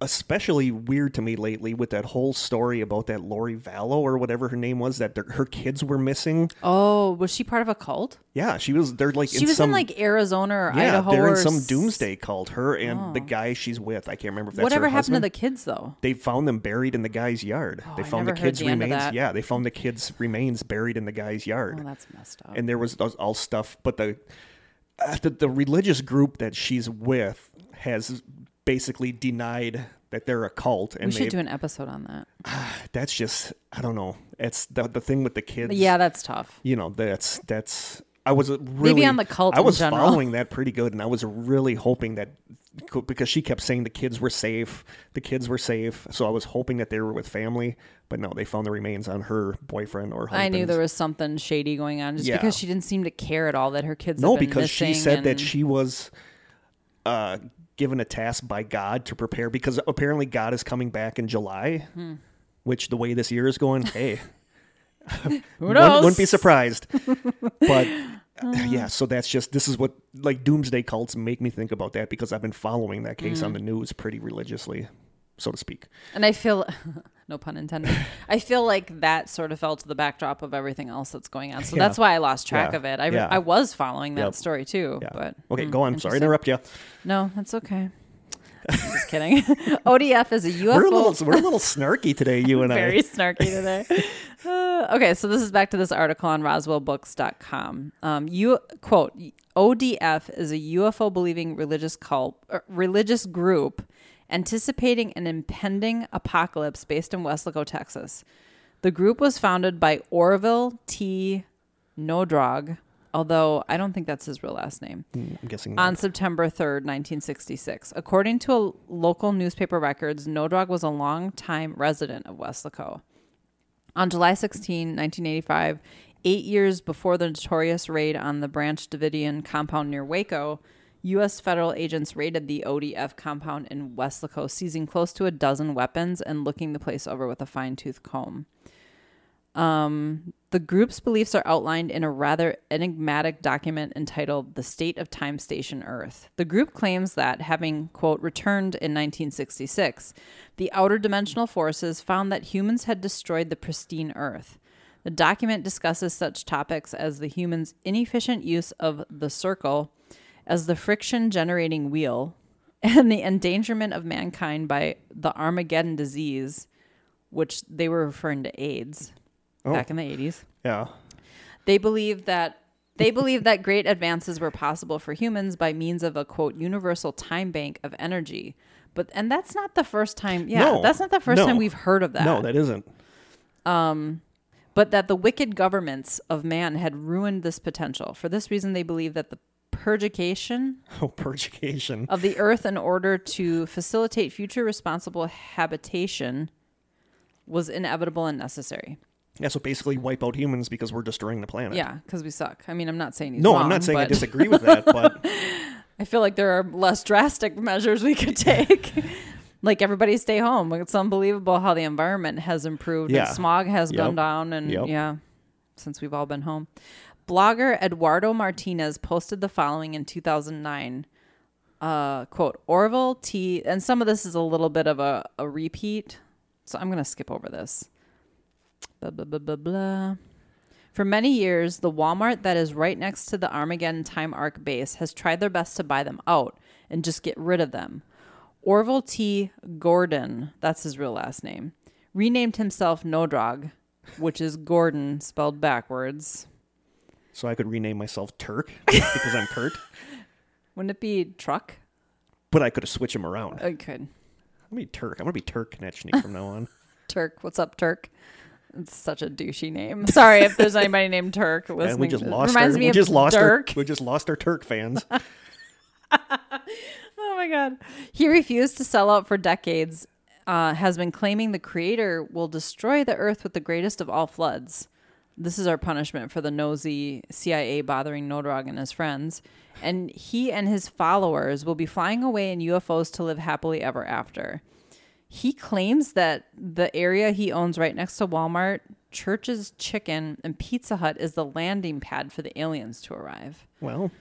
especially weird to me lately with that whole story about that Lori Vallow or whatever her name was that their, her kids were missing.
Oh, was she part of a cult?
Yeah, she was. They're like
She
in
was
some
in like Arizona or
yeah,
Idaho
they're
or
in some
s- Oh.
doomsday cult. Her and the guy she's with. I can't remember if that's
Whatever
her
happened
husband.
to the kids though?
They found them buried in the guy's yard. they
I
found
never
the
heard
kids'
the end of
remains.
that.
Yeah, they found the kids' remains buried in the guy's yard.
Oh, that's messed up.
and there was those- all stuff, but the, uh, the the religious group that she's with has basically denied that they're a cult,
we
and
should
they,
do an episode on that.
that's just I don't know. It's the the thing with the kids.
Yeah, that's tough.
you know that's that's I was really
on the cult
I
in
was
general.
following that pretty good, and I was really hoping that because she kept saying the kids were safe, the kids were safe. So I was hoping that they were with family, but no, they found the remains on her boyfriend or husband.
I knew there was something shady going on just
Yeah.
because she didn't seem to care at all that her kids.
no
had been
because she
missing
said
and-
that she was uh, given a task by God to prepare because apparently God is coming back in July,
Hmm.
which the way this year is going, hey.
Who
Wouldn't-
knows? Uh.
Wouldn't be surprised. but uh, yeah, so that's just this is what like doomsday cults make me think about that because I've been following that case
Hmm.
on the news pretty religiously, so to speak.
And I feel, no pun intended, I feel like that sort of fell to the backdrop of everything else that's going on. So
Yeah.
that's why I lost track
Yeah.
of it. I,
Yeah.
I was following that
Yep.
story too.
Yeah.
But
okay,
mm,
go on. Sorry
interesting.
to interrupt you.
No, that's okay. Just kidding. ODF is a UFO.
We're a little we're a little snarky today, you and
very
I.
snarky today. Uh, okay, so this is back to this article on RoswellBooks.com. Um, you quote ODF is a UFO believing religious cult, er, religious group, anticipating an impending apocalypse based in Westlaco, Texas. The group was founded by Orville T. Nodrog, although I don't think that's his real last name
I'm guessing.
on September 3rd, 1966. According to a local newspaper records, Nodrog was a longtime resident of Weslaco. On July 16, 1985, eight years before the notorious raid on the Branch Davidian compound near Waco, U.S. federal agents raided the ODF compound in Weslaco, seizing close to a dozen weapons and looking the place over with a fine tooth comb. The group's beliefs are outlined in a rather enigmatic document entitled The State of Time Station Earth. The group claims that, having, quote, returned in 1966, the outer dimensional forces found that humans had destroyed the pristine Earth. The document discusses such topics as the humans' inefficient use of the circle as the friction generating wheel and the endangerment of mankind by the Armageddon disease, which they were referring to AIDS back in the 80s.
yeah.
They believe that they believe that great advances were possible for humans by means of a quote universal time bank of energy. But and that's not the first time. Yeah,
No.
that's not the first
No.
time we've heard of that.
No, that isn't.
but that the wicked governments of man had ruined this potential. For this reason, they believe that the purgation
Oh, purgation.
of the earth in order to facilitate future responsible habitation was inevitable and necessary.
Yeah, so basically wipe out humans because we're destroying the planet.
Yeah, because we suck. I mean, I'm not saying he's
No, I'm
wrong,
not saying I
but-
disagree with that, but
I feel like there are less drastic measures we could take. like everybody stay home. Like, It's unbelievable how the environment has improved
Yeah.
and smog has gone
Yep.
down and
Yep.
yeah, since we've all been home. Blogger Eduardo Martinez posted the following in 2009. uh, quote Orville T. And some of this is a little bit of a, a repeat, so I'm going to skip over this. Blah, blah, blah, blah, blah. For many years, the Walmart that is right next to the Armageddon Time Arc base has tried their best to buy them out and just get rid of them. Orville T. Gordon, that's his real last name, renamed himself Nodrog, which is Gordon spelled backwards.
So I could rename myself Turk because I'm Kurt,
Wouldn't it be truck?
but I could have switched him around.
I could.
I'm gonna be Turk. I'm gonna be Turk Konechny from now on.
Turk. What's up, Turk? It's such a douchey name. Sorry if there's anybody named Turk listening.
And we just
to this.
lost our,
Reminds me
we
of
just lost our,
Dirk.
we just lost our Turk fans.
Oh my god. He refused to sell out for decades. Uh, has been claiming the creator will destroy the earth with the greatest of all floods. This is our punishment for the nosy CIA bothering Nodrog and his friends. And he and his followers will be flying away in UFOs to live happily ever after. He claims that the area he owns right next to Walmart, Church's Chicken, and Pizza Hut is the landing pad for the aliens to arrive.
well,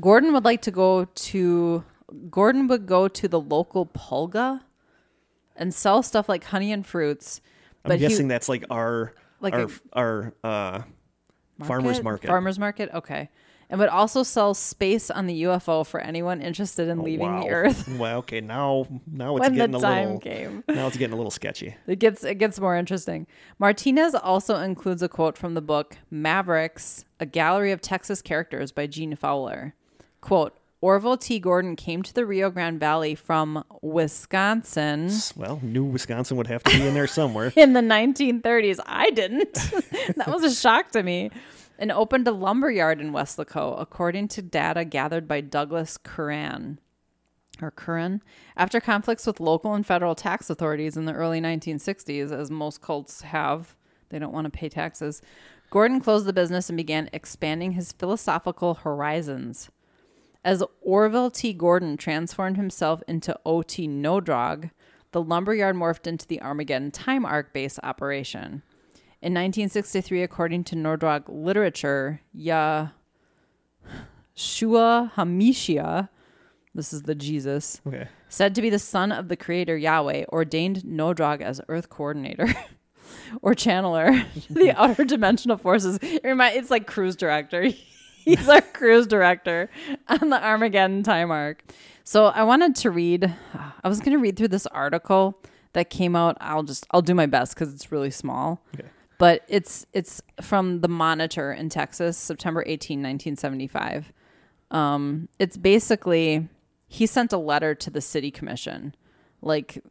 Gordon would like to go to Gordon would go to the local pulga and sell stuff like honey and fruits.
I'm
But he-
guessing that's like our
Like
our our uh, farmers market.
Farmers market, okay. And would also sell space on the UFO for anyone interested in leaving
Oh, Wow.
the earth
Well, okay, now now it's
when the
getting
time
a little
came.
now it's getting a little sketchy.
It gets it gets more interesting. Martinez also includes a quote from the book Mavericks, a gallery of Texas characters by Gene Fowler. Quote Orville T. Gordon came to the Rio Grande Valley from Wisconsin
Well, new Wisconsin would have to be in there somewhere.
in the 1930s. I didn't. that was a shock to me. And opened a lumber yard in Weslaco, according to data gathered by Douglas Curran. Or Curran, after conflicts with local and federal tax authorities in the early 1960s, as most cults have, they don't want to pay taxes. Gordon closed the business and began expanding his philosophical horizons. As Orville T. Gordon transformed himself into O.T. Nodrog, the lumberyard morphed into the Armageddon Time Arc base operation. In 1963, according to Nodrog literature, Yahshua Hamishia, this is the Jesus,
Okay.
said to be the son of the creator Yahweh, ordained Nodrog as earth coordinator or channeler to the outer dimensional forces. It remind, it's like cruise director. He's our cruise director on the Armageddon time arc. So I wanted to read, I was going to read through this article that came out. I'll just, I'll do my best because it's really small.
Okay.
But it's it's from the Monitor in Texas, September 18, 1975 um, it's basically he sent a letter to the city commission like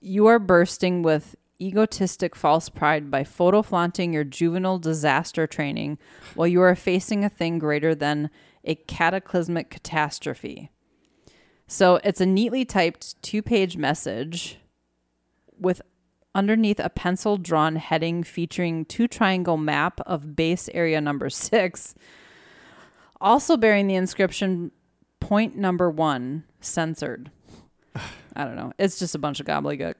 you are bursting with egotistic false pride by photo flaunting your juvenile disaster training while you are facing a thing greater than a cataclysmic catastrophe so it's a neatly typed two page message with underneath a pencil drawn heading featuring two triangle map of base area number six also bearing the inscription point number one censored i don't know it's just a bunch of gobbledygook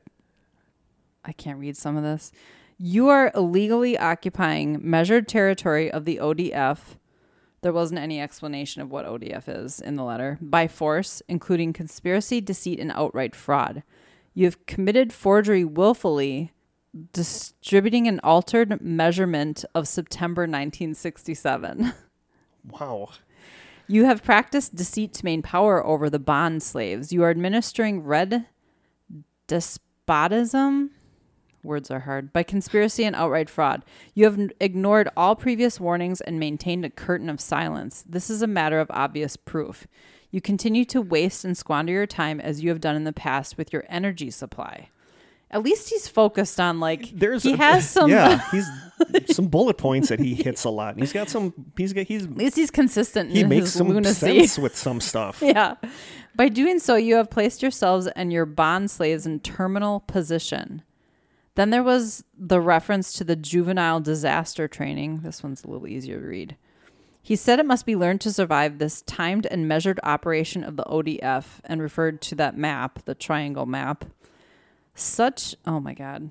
i can't read some of this you are illegally occupying measured territory of the odf there wasn't any explanation of what odf is in the letter by force including conspiracy deceit and outright fraud you have committed forgery willfully distributing an altered measurement of september 1967
Wow.
You have practiced deceit to main power over the bond slaves. You are administering red despotism. Words are hard. By conspiracy and outright fraud. You have n- ignored all previous warnings and maintained a curtain of silence. This is a matter of obvious proof. You continue to waste and squander your time as you have done in the past with your energy supply. At least he's focused on like
There's
he has some
Yeah, he's some bullet points that he hits a lot. And he's got some he's got he's
at least he's consistent
he
in
makes
his
some
lunacy.
sense with some stuff.
yeah. By doing so, you have placed yourselves and your bond slaves in terminal position. Then there was the reference to the juvenile disaster training. This one's a little easier to read. He said it must be learned to survive this timed and measured operation of the ODF and referred to that map, the triangle map. Such, oh my God.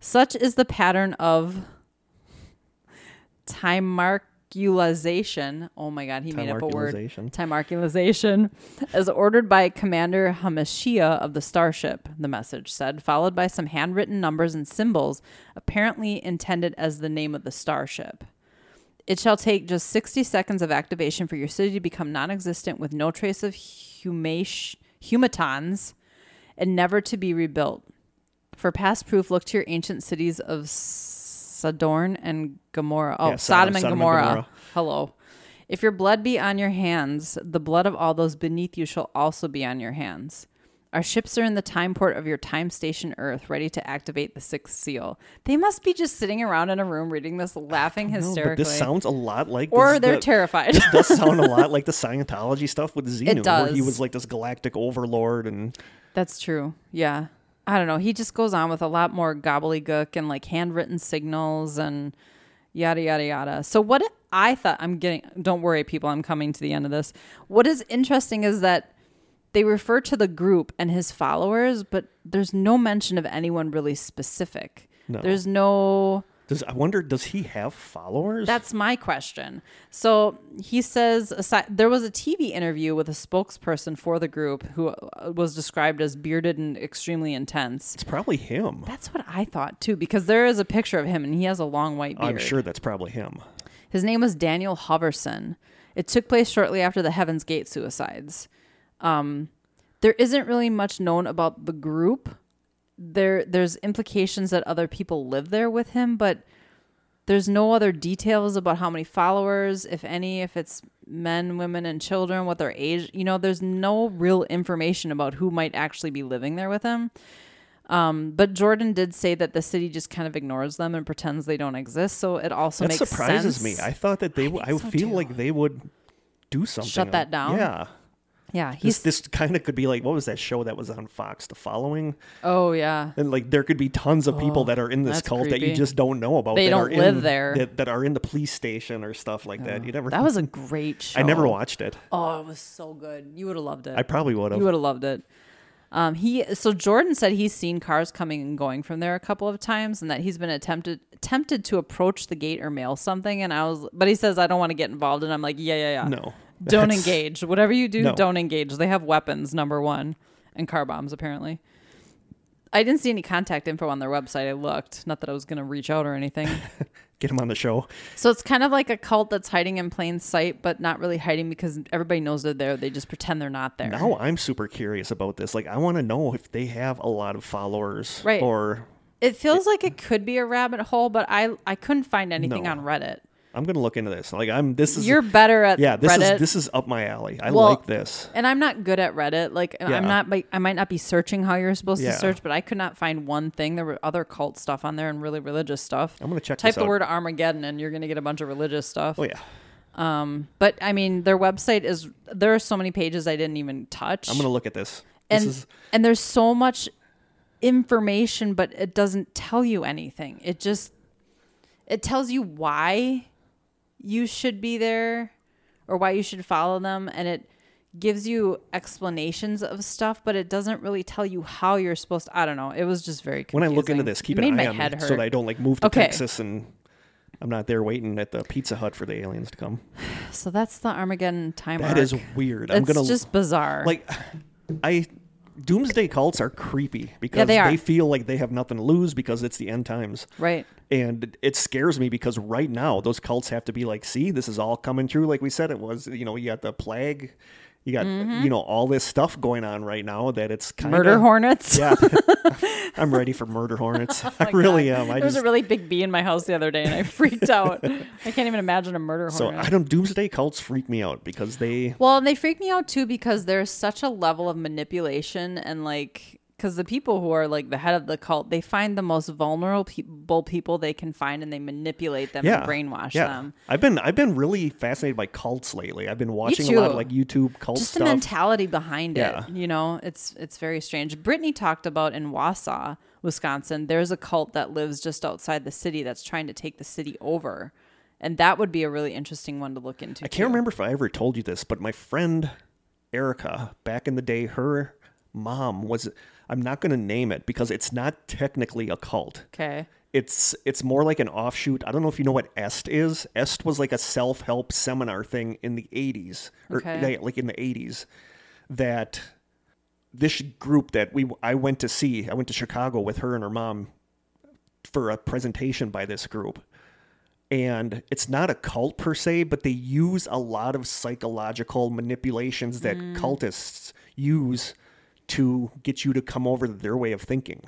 Such is the pattern of time mark Timarculization. Oh my God, he made up a word.
Timarculization.
Timarculization, as ordered by Commander Hamashia of the starship, the message said, followed by some handwritten numbers and symbols, apparently intended as the name of the starship. It shall take just 60 seconds of activation for your city to become non existent with no trace of humation, humatons and never to be rebuilt. For past proof, look to your ancient cities of Sodorn and Gomorrah. Oh,
Yeah, Sodom-
Sodom, and
Sodom and
Gomorrah.
Gomorrah.
Hello. If your blood be on your hands, the blood of all those beneath you shall also be on your hands. Our ships are in the time port of your time station Earth, ready to activate the sixth seal. They must be just sitting around in a room reading this, laughing
No,
hysterically.
but this sounds a lot like
or
this-
they're
the-
terrified.
does sound a lot like the Scientology stuff with Xenu, where he
does.
was like this galactic overlord and
That's true. Yeah. I don't know. He just goes on with a lot more gobbledygook and like handwritten signals and yada, yada, yada. So, what I thought, I'm getting, don't worry, people, I'm coming to the end of this. What is interesting is that they refer to the group and his followers, but there's no mention of anyone really specific.
No.
There's no.
does I wonder does he have followers?
That's my question. So he says aside, there was a TV interview with a spokesperson for the group who uh, was described as bearded and extremely intense.
it's probably him.
That's what I thought too, because there is a picture of him and he has a long white beard.
I'm sure that's probably him.
His name was Daniel Hoverson. It took place shortly after the Heaven's Gate suicides. Um, there isn't really much known about the group. There, there's implications that other people live there with him, but there's no other details about how many followers, if any, if it's men, women, and children, what their age. You know, there's no real information about who might actually be living there with him. Um, but Jordan did say that the city just kind of ignores them and pretends they don't exist. So it also
That
makes
surprises
sense.
me. I thought that they w- I,
think so,
feel
too.
like they would do something.
Shut that down?
Yeah.
Yeah,
This
he's.
this kind of could be like what was that show that was on Fox the following?
oh yeah,
And like there could be tons of people that are in this
Oh, that's
cult that
creepy.
you just don't know about.
They
that
don't
are
live
in-
there. Oh,
That, that are in the police station or stuff like that. You never
that was a great show.
I never watched it.
Oh, it was so good. You would have loved it.
I probably would
you
have.
would have loved it. Um, he so Jordan said he's seen cars coming and going from there a couple of times, and that he's been attempted tempted to approach the gate or mail something. And I was, but he says I don't want to get involved, and I'm like, yeah, yeah, yeah.
No.
don't
That's-
engage. Whatever you do,
No.
don't engage. They have weapons, number one, and car bombs apparently. I didn't see any contact info on their website. I looked, not that I was going to reach out or anything.
Get him on the show.
So it's kind of like a cult that's hiding in plain sight, but not really hiding because everybody knows they're there. They just pretend they're not there.
Now I'm super curious about this. Like, I want to know if they have a lot of followers,
Right.
Or
It feels like it could be a rabbit hole, but I I couldn't find anything
No.
on Reddit.
I'm gonna look into this. Like, I'm this is
You're better at
yeah, this
Reddit,
is this is up my alley. I
Well,
like this.
and I'm not good at Reddit. Like and I'm
Yeah.
not like, I might not be searching how you're supposed
Yeah.
to search, but I could not find one thing. There were other cult stuff on there and really religious stuff.
I'm gonna check
Type
this
the
out.
word Armageddon and you're gonna get a bunch of religious stuff.
Oh yeah,
But I mean, their website is there are so many pages I didn't even touch.
I'm gonna look at this.
and
this is
and there's so much information but it doesn't tell you anything it just it tells you why you should be there or why you should follow them and it gives you explanations of stuff but it doesn't really tell you how you're supposed to i don't know it was just very
when I
confusing.
look into this. Keep
it made
an eye
my
on
head
me
hurt.
so that I don't like move to
Okay.
Texas and I'm not there waiting at the Pizza Hut for the aliens to come.
so that's the armageddon time
That
arc.
is weird. I'm
It's
gonna
just bizarre
like I. Doomsday cults are creepy because
they are.
they feel like they have nothing to lose because it's the end times.
right
and it scares me because right now those cults have to be like see this is all coming true like we said it was you know you got the plague you got you know all this stuff going on right now that it's kind
Mm-hmm. murder
of
hornets
yeah i'm ready for murder hornets
Oh
i really am i
there was
just
a really big bee in my house the other day and i freaked out i can't even imagine a murder
so
hornet
i don't doomsday cults freak me out because they
Well, and they freak me out too because there's such a level of manipulation and like because the people who are like the head of the cult, they find the most vulnerable people they can find and they manipulate them
yeah
and brainwash
yeah.
them.
i've been i've been really fascinated by cults lately i've been watching a lot of
too.
like youtube cult
Just the
stuff
mentality behind
Yeah.
it, you know, it's it's very strange. Brittany talked about in Wausau, Wisconsin, there's a cult that lives just outside the city that's trying to take the city over, and that would be a really interesting one to look into.
I can't remember if I ever told you this, but my friend Erica, back in the day, her mom was. I'm not going to name it because it's not technically a cult.
Okay,
It's it's more like an offshoot. I don't know if you know what EST is. EST was like a self help seminar thing in the '80s, or
Okay.
yeah, like in the '80s, that this group that we I went to see. I went to Chicago with her and her mom for a presentation by this group. And it's not a cult per se, but they use a lot of psychological manipulations that
Hmm.
cultists use to get you to come over to their way of thinking.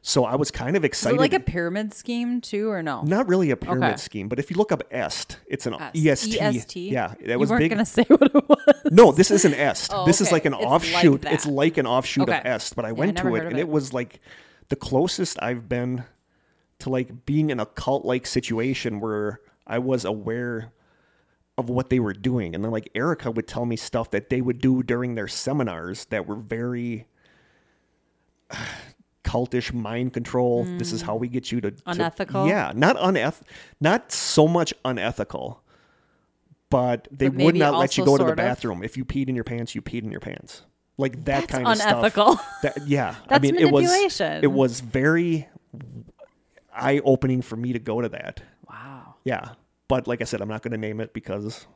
So I was kind of
Is
excited.
it Hmm. like a pyramid scheme too, or no?
not really a pyramid
Okay.
scheme, but if you look up EST, it's an EST.
EST. EST.
E Yeah, that
E you
was
weren't
big.
gonna say what it was.
No, this is an est.
Oh,
this is
okay.
like an
It's like
offshoot.
that.
it's like an offshoot
Okay.
of est. But I
Yeah, I
went
never
to it
heard of
and
it.
it was like the closest I've been to like being in a cult like situation where I was aware of what they were doing. And then like Erica would tell me stuff that they would do during their seminars that were very cultish mind control. This is how we get you to to-
Unethical?
yeah, not uneth not so much unethical but they
But
would
maybe
not let you
also
go to the
sort of.
bathroom. If you peed in your pants, you peed in your pants. Like that
That's
kind
unethical.
of stuff. That, yeah, I
That's
mean, it was
manipulation.
it was very eye opening for me to go to that.
Wow.
Yeah, but like I said, I'm not going to name it because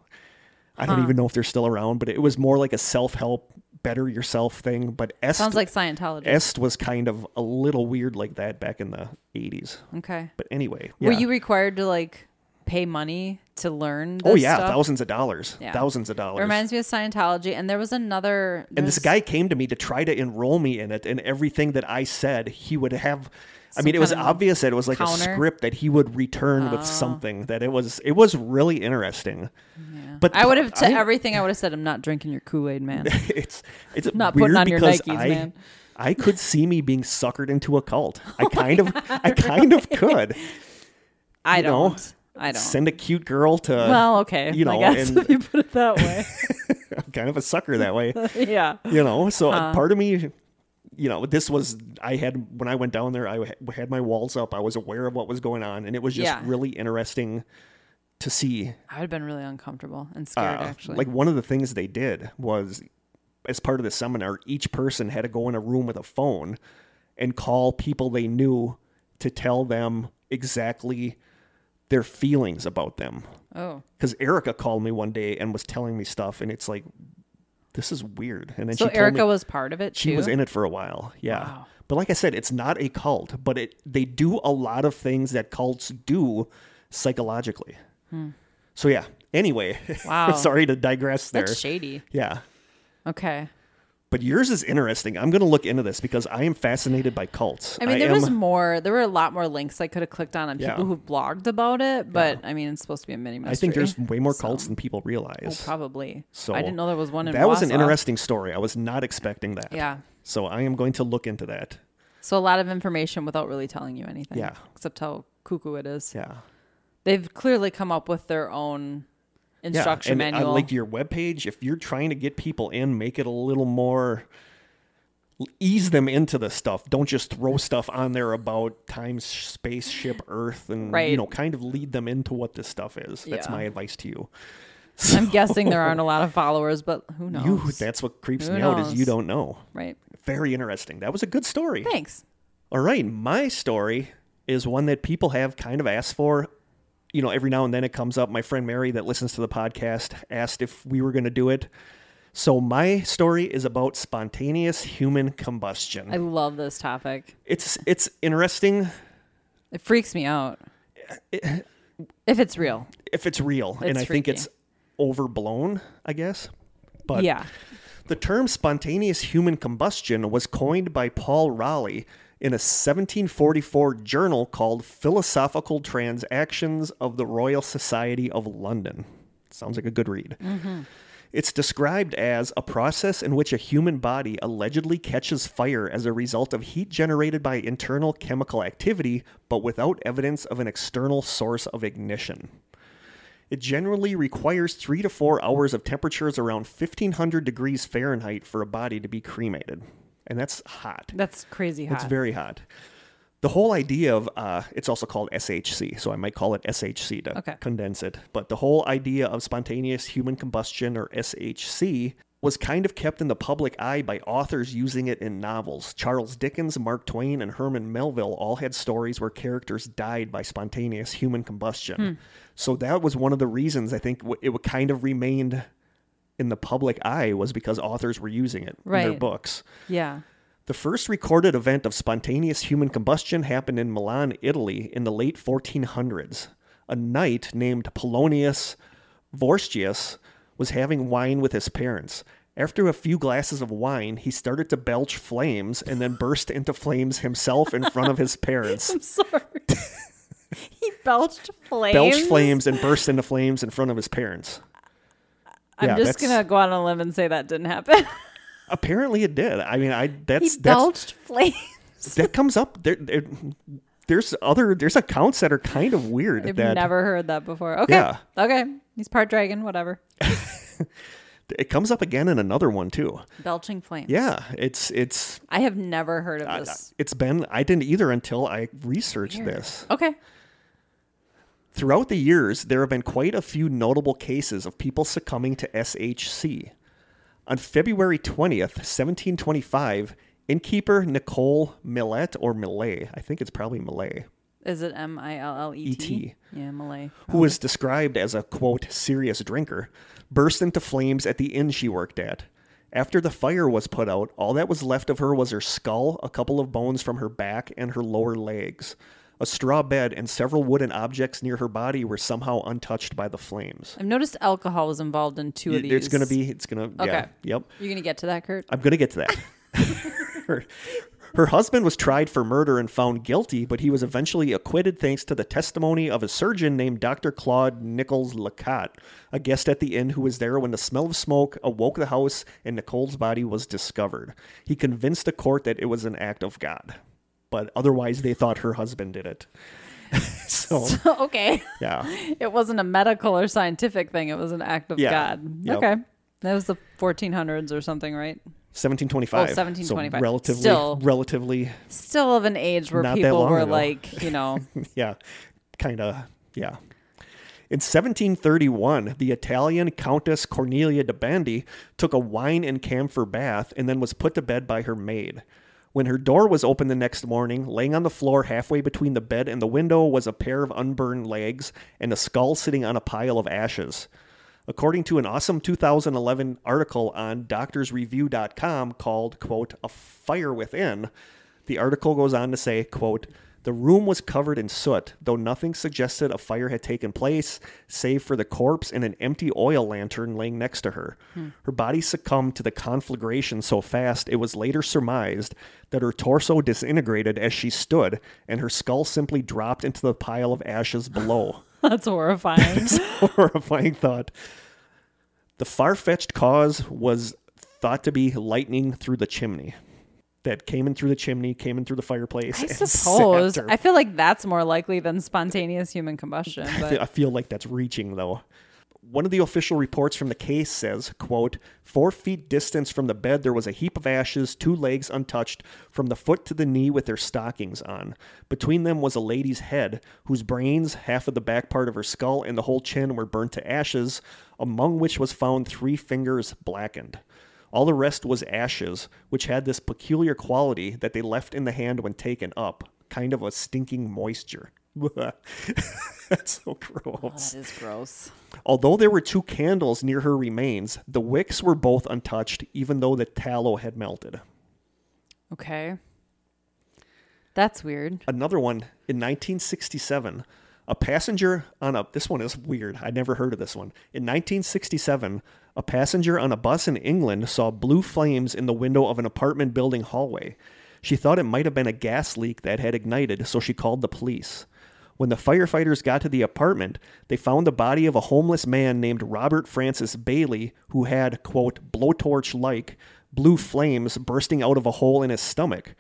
I don't even know if they're still around. But it was more like a self help, better yourself thing. But Est,
Sounds like Scientology.
Est was kind of a little weird like that back in the 80s.
okay.
But anyway,
Were
yeah.
you required to like pay money to learn? This
Oh yeah,
stuff?
thousands of dollars,
Yeah.
thousands of dollars.
It reminds me of Scientology, and there was another.
And this
there's
guy came to me to try to enroll me in it, and everything that I said, he would have. I
Some
mean, it was
kind of
obvious that it was like
counter? Oh.
a script that he would return with something. That it was, it was really interesting. But
I would have to
I-
everything. I would have said, "I'm not drinking your Kool Aid, man."
It's it's
Not
weird
putting on your
because
Nikes,
I,
man.
I could see me being suckered into a cult. I kind of, I kind of could.
I
you know,
don't. I don't.
Send a cute girl to
well, okay.
you
I
know,
guess
and-
if you put it that way,
kind of a sucker that way.
yeah.
you know so a part of me you know this was i had when i went down there i ha- had my walls up i was aware of what was going on and it was just
Yeah.
really interesting to see
I would have been really uncomfortable and
uh,
scared. actually,
like one of the things they did was as part of the seminar each person had to go in a room with a phone and call people they knew to tell them exactly their feelings about them
oh,
because erica called me one day and was telling me stuff and it's like this is weird and then
so
she told me,
Erica was part of it.
she
too?
was in it for a while. Yeah.
Wow.
But like I said, it's not a cult, but it they do a lot of things that cults do psychologically. So yeah. Anyway,
Hmm. Wow.
sorry to digress there.
That's shady.
yeah.
Okay.
But yours is interesting. I'm going to look into this because I am fascinated by cults.
I mean, there
am,
was more. There were a lot more links I could have clicked on on
Yeah.
people who blogged about it, but I mean, it's supposed to be a mini mystery.
I think there's way more
so-
cults than people
Oh,
realize.
probably.
So
I didn't know there was one in.
that was an
Wausau.
interesting story. I was not expecting that.
Yeah.
So I am going to look into that.
So a lot of information without really telling you anything.
Yeah.
Except how cuckoo it is.
Yeah.
They've clearly come up with their own
Yeah,
instruction
and, uh,
manual.
like your webpage, if you're trying to get people in, make it a little more ease them into the stuff. Don't just throw stuff on there about time, spaceship, Earth, and you
Right.
know, kind of lead them into what this stuff is. That's
Yeah.
my advice to you.
I'm guessing there aren't a lot of followers, but who knows?
You that's what creeps
Oh, Who
me out is you
knows?
don't know.
right.
Very interesting. That was a good story.
Thanks.
All right, my story is one that people have kind of asked for. You know, every now and then it comes up. My friend Mary, that listens to the podcast, asked if we were going to do it. So, my story is about spontaneous human combustion.
I love this topic.
it's it's interesting
It freaks me out.
Uh,
if it's real.
if it's real, and
It's
I think
freaky.
it's overblown, I guess. But
yeah.
The term spontaneous human combustion was coined by Paul Raleigh in a 1744 journal called Philosophical Transactions of the Royal Society of London. Sounds like a good read. It's described as a process in which a human body allegedly catches fire as a result of heat generated by internal chemical activity, but without evidence of an external source of ignition. It generally requires three to four hours of temperatures around 1500 degrees Fahrenheit for a body to be cremated. And that's hot.
That's crazy hot.
It's very hot. The whole idea of uh, it's also called SHC, so I might call it SHC to
Okay.
condense it. But the whole idea of spontaneous human combustion or SHC was kind of kept in the public eye by authors using it in novels. Charles Dickens, Mark Twain, and Herman Melville all had stories where characters died by spontaneous human combustion.
Hmm.
So that was one of the reasons I think w- it w- kind of remained in the public eye was because authors were using it in their
Right.
books.
Yeah.
The first recorded event of spontaneous human combustion happened in Milan, Italy, in the late 1400s. A knight named Polonius Vorstius was having wine with his parents. After a few glasses of wine, he started to belch flames and then burst into flames himself in front of his parents.
I'm sorry. he belched flames.
Belched flames and burst into flames in front of his parents.
I'm
Yeah,
just
that's-
gonna go out on a limb and say that didn't happen.
Apparently, it did. I mean, I
he
that's that's
belched flames.
that comes up there. there there's other there's accounts that are kind of weird.
I've
that
never heard that before. Okay.
Yeah.
Okay. He's part dragon, whatever.
it comes up again in another one too.
Belching flames.
Yeah, Uh, it's it's
I have never heard of
I-
this.
it's been I didn't either until I researched this.
okay.
Throughout the years, there have been quite a few notable cases of people succumbing to SHC. On February 20th, 1725, innkeeper Nicole Millet or Millet, I think it's probably Millet,
Is it M I L L E
E.T..
T? Yeah, Malay.
who was described as a quote serious drinker, burst into flames at the inn she worked at. After the fire was put out, all that was left of her was her skull, a couple of bones from her back, and her lower legs. A straw bed and several wooden objects near her body were somehow untouched by the flames.
I've noticed alcohol was involved in two of these.
There's going to be, it's going to, yeah,
Okay.
yep.
You're gonna get to that, Kurt.
I'm going to get to that. her, her husband was tried for murder and found guilty, but he was eventually acquitted thanks to the testimony of a surgeon named Dr. Claude Nichols Lacotte, a guest at the inn who was there when the smell of smoke awoke the house and Nicole's body was discovered. He convinced the court that it was an act of God, but otherwise they thought her husband did it. so,
okay.
yeah.
It wasn't a medical or scientific thing. It was an act of
Yeah.
God.
Yep.
Okay. That was the 1400s or something, right?
1725.
Oh, 1725.
So relatively,
Still-
relatively,
Still of an age where
Not that
people
long
were
ago.
like, you know,
yeah, kind of, yeah. In 1731, the Italian Countess Cornelia de Bandi took a wine and camphor bath and then was put to bed by her maid. When her door was opened the next morning, laying on the floor halfway between the bed and the window was a pair of unburned legs and a skull sitting on a pile of ashes. According to an awesome 2011 article on doctorsreview.com called, quote, A Fire Within, the article goes on to say, quote, the room was covered in soot, though nothing suggested a fire had taken place, save for the corpse and an empty oil lantern laying next to her. Her body succumbed to the conflagration so fast it was later surmised that her torso disintegrated as she stood, and her skull simply dropped into the pile of ashes below
that's horrifying.
horrifying thought. The far fetched cause was thought to be lightning through the chimney. That came in through the chimney, came in through the fireplace.
I
and sat
suppose.
there.
I feel like that's more likely than spontaneous human combustion.
I
But
feel, I feel like that's reaching though. One of the official reports from the case says, quote, four feet distance from the bed there was a heap of ashes, two legs untouched, from the foot to the knee with their stockings on. Between them was a lady's head, whose brains, half of the back part of her skull, and the whole chin were burnt to ashes, among which was found three fingers blackened. All the rest was ashes, which had this peculiar quality that they left in the hand when taken up, kind of a stinking moisture. That's so gross.
that is gross.
Although there were two candles near her remains, the wicks were both untouched, even though the tallow had melted.
Okay. That's weird.
Another one in 1967, a passenger on a this one is weird. I never heard of this one. In 1967, a passenger on a bus in England saw blue flames in the window of an apartment building hallway. She thought it might have been a gas leak that had ignited, so she called the police. When the firefighters got to the apartment, they found the body of a homeless man named Robert Francis Bailey, who had, quote, blowtorch like blue flames bursting out of a hole in his stomach.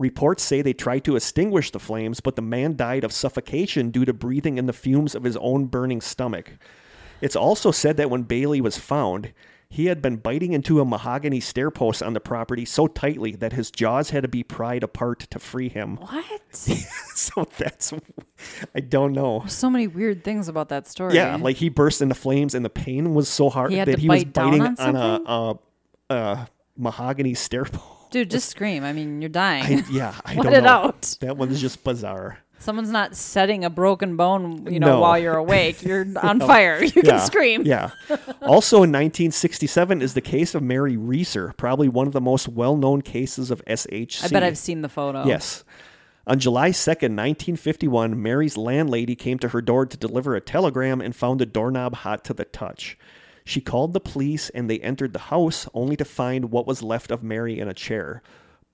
Reports say they tried to extinguish the flames, but the man died of suffocation due to breathing in the fumes of his own burning stomach. It's also said that when Bailey was found, he had been biting into a mahogany stairpost on the property so tightly that his jaws had to be pried apart to free him.
What?
so that's, I don't know.
so many weird things about that story.
Yeah, like he burst into flames, and the pain was so hard
He had
that
to
he was
bite down
biting
on
on, a, a uh, mahogany stair pole.
Dude, just scream. I mean, you're dying.
I, yeah, I
Let
don't
it
know.
out.
That one's just bizarre.
Someone's not setting a broken bone, you know,
No.
while you're awake. You're on fire. You
yeah,
can scream.
Yeah. also in 1967 is the case of Mary Reeser, probably one of the most well-known cases of SHC.
I bet I've seen the photo.
Yes. On July 2nd, 1951, Mary's landlady came to her door to deliver a telegram and found the doorknob hot to the touch. She called the police and they entered the house only to find what was left of Mary in a chair.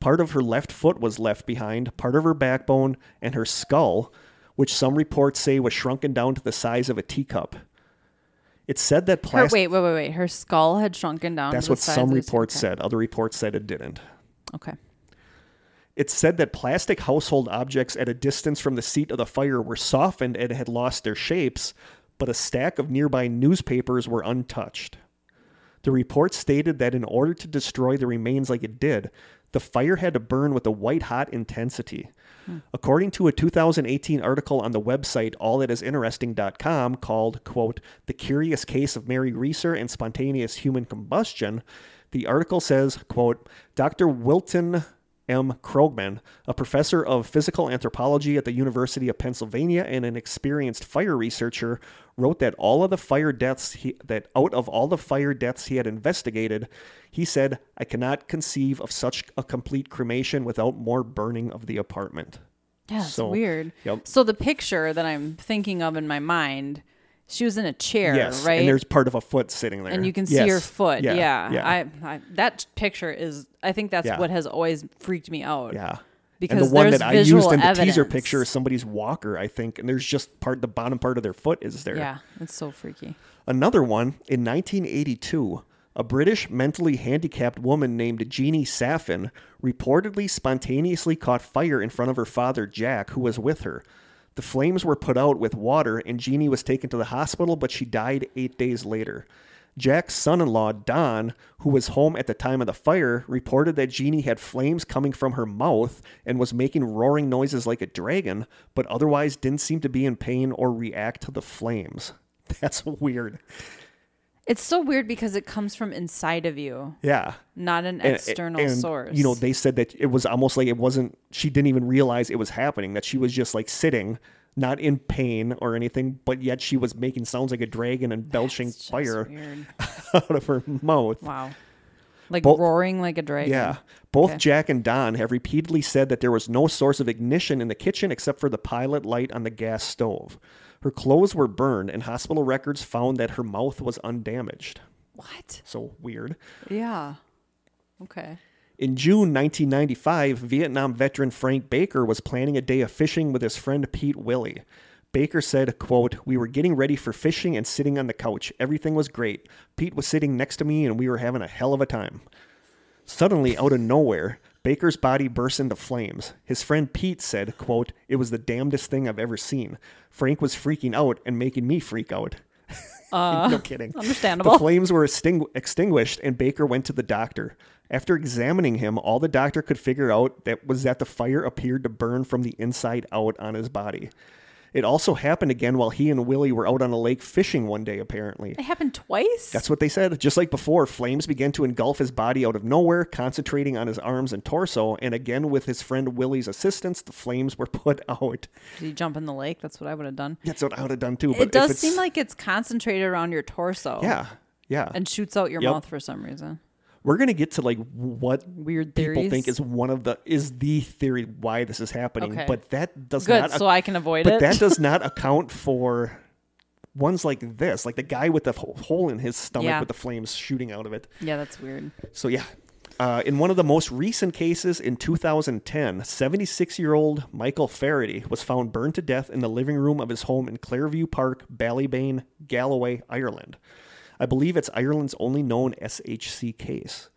Part of her left foot was left behind, part of her backbone, and her skull, which some reports say was shrunken down to the size of a teacup. It's said that
Her,
plastic.
wait, wait, wait, wait. Her skull had shrunken down.
That's
to the
what
size
some
of the-
reports
okay.
said. Other reports said it didn't.
Okay.
It's said that plastic household objects at a distance from the seat of the fire were softened and had lost their shapes, but a stack of nearby newspapers were untouched. The report stated that in order to destroy the remains like it did, the fire had to burn with a white hot intensity. According to a 2018 article on the website allthatisinteresting.com called, quote, The Curious Case of Mary Reeser and Spontaneous Human Combustion, the article says, quote, Dr. Wilton M. Krogman, a professor of physical anthropology at the University of Pennsylvania and an experienced fire researcher, wrote that all of the fire deaths he, that out of all the fire deaths he had investigated, he said, "I cannot conceive of such a complete cremation without more burning of the apartment."
Yeah, it's
So-
weird.
Yep.
So the picture that I'm thinking of in my mind, she was in a chair,
Yes,
right?
and there's part of a foot sitting there,
And you can see
Yes.
her foot. Yeah.
yeah,
I, I that picture is I think that's
Yeah.
what has always freaked me out.
yeah. and
Because
the one
there's
that I used
visual
in the teaser
evidence.
picture is somebody's walker, I think, and there's just part the bottom part of their foot is there.
Yeah, it's so freaky.
Another one in 1982, a British mentally handicapped woman named Jeannie Safin reportedly spontaneously caught fire in front of her father Jack, who was with her. The flames were put out with water, and Jeannie was taken to the hospital, but she died eight days later. Jack's son in law, Don, who was home at the time of the fire, reported that Jeannie had flames coming from her mouth and was making roaring noises like a dragon, but otherwise didn't seem to be in pain or react to the flames. That's weird.
It's so weird because it comes from inside of you,
Yeah.
not an
And-
external
and,
source.
You know, they said that it was almost like it wasn't, she didn't even realize it was happening, that she was just like sitting, not in pain or anything, but yet she was making sounds like a dragon and belching
It's just
fire
weird.
out of her mouth.
Wow. Like
Both-
roaring like a dragon.
Yeah. Mm-hmm. Both
Okay.
Jack and Don have repeatedly said that there was no source of ignition in the kitchen except for the pilot light on the gas stove. Her clothes were burned, and hospital records found that her mouth was undamaged.
What?
So weird.
Yeah. Okay.
In June 1995, Vietnam veteran Frank Baker was planning a day of fishing with his friend Pete Willie. Baker said, quote, We were getting ready for fishing and sitting on the couch. Everything was great. Pete was sitting next to me and we were having a hell of a time. Suddenly, out of nowhere, Baker's body burst into flames. His friend Pete said, quote, It was the damnedest thing I've ever seen. Frank was freaking out and making me freak out. no kidding.
Understandable.
The flames were extingu- extinguished, and Baker went to the doctor. After examining him, all the doctor could figure out that was that the fire appeared to burn from the inside out on his body. It also happened again while he and Willie were out on a lake fishing one day, apparently.
It happened twice?
That's what they said. Just like before, flames began to engulf his body out of nowhere, concentrating on his arms and torso, and again with his friend Willie's assistance, the flames were put out.
Did you jump in the lake? That's what I would have done.
That's what I would have done too. But
It does
if it's,
seem like it's concentrated around your torso.
yeah, yeah.
And shoots out your
Yep.
mouth for some reason.
We're gonna get to like what
Weird
people
theories.
think is one of the is the theory why this is happening,
Okay.
but that does
good,
not.
so I can avoid
but
it.
that does not account for ones like this, like the guy with the ho- hole in his stomach
Yeah.
with the flames shooting out of it.
yeah, that's weird.
So yeah. Uh, in one of the most recent cases in 2010, 76 year old Michael Faraday was found burned to death in the living room of his home in Clareview Park, Ballybane, Galloway, Ireland. I believe it's Ireland's only known SHC case.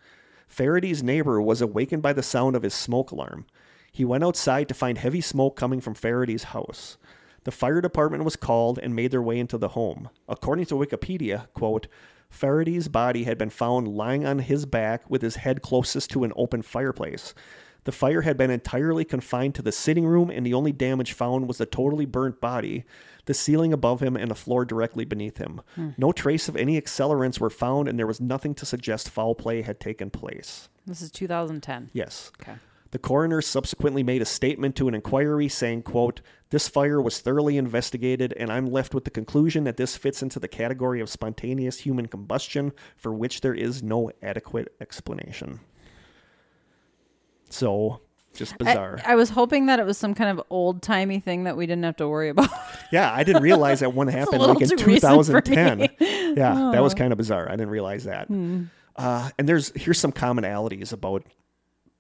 Faraday's neighbor was awakened by the sound of his smoke alarm. He went outside to find heavy smoke coming from Faraday's house. The fire department was called and made their way into the home. According to Wikipedia, quote, Faraday's body had been found lying on his back with his head closest to an open fireplace. The fire had been entirely confined to the sitting room, and the only damage found was a totally burnt body, the ceiling above him, and the floor directly beneath him. No trace of any accelerants were found, and there was nothing to suggest foul play had taken place.
This is 2010.
Yes.
Okay.
The coroner subsequently made a statement to an inquiry saying, quote, This fire was thoroughly investigated, and I'm left with the conclusion that this fits into the category of spontaneous human combustion for which there is no adequate explanation. So, just bizarre.
I, I was hoping that it was some kind of old timey thing that we didn't have to worry about.
yeah, I didn't realize that one happened
little
like in
too recent for Oh.
2010. Yeah, that was kind of bizarre. I didn't realize that.
Hmm.
Uh, and there's here's some commonalities about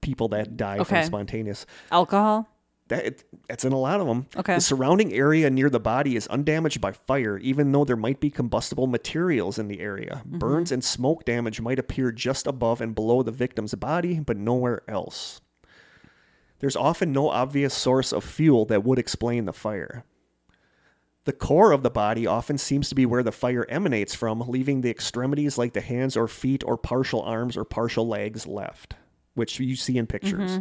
people that die
Okay.
from spontaneous.
Alcohol.
That it, that's in a lot of them.
Okay.
The surrounding area near the body is undamaged by fire, even though there might be combustible materials in the area.
Mm-hmm.
Burns and smoke damage might appear just above and below the victim's body, but nowhere else. There's often no obvious source of fuel that would explain the fire. The core of the body often seems to be where the fire emanates from, leaving the extremities like the hands or feet or partial arms or partial legs left, which you see in pictures.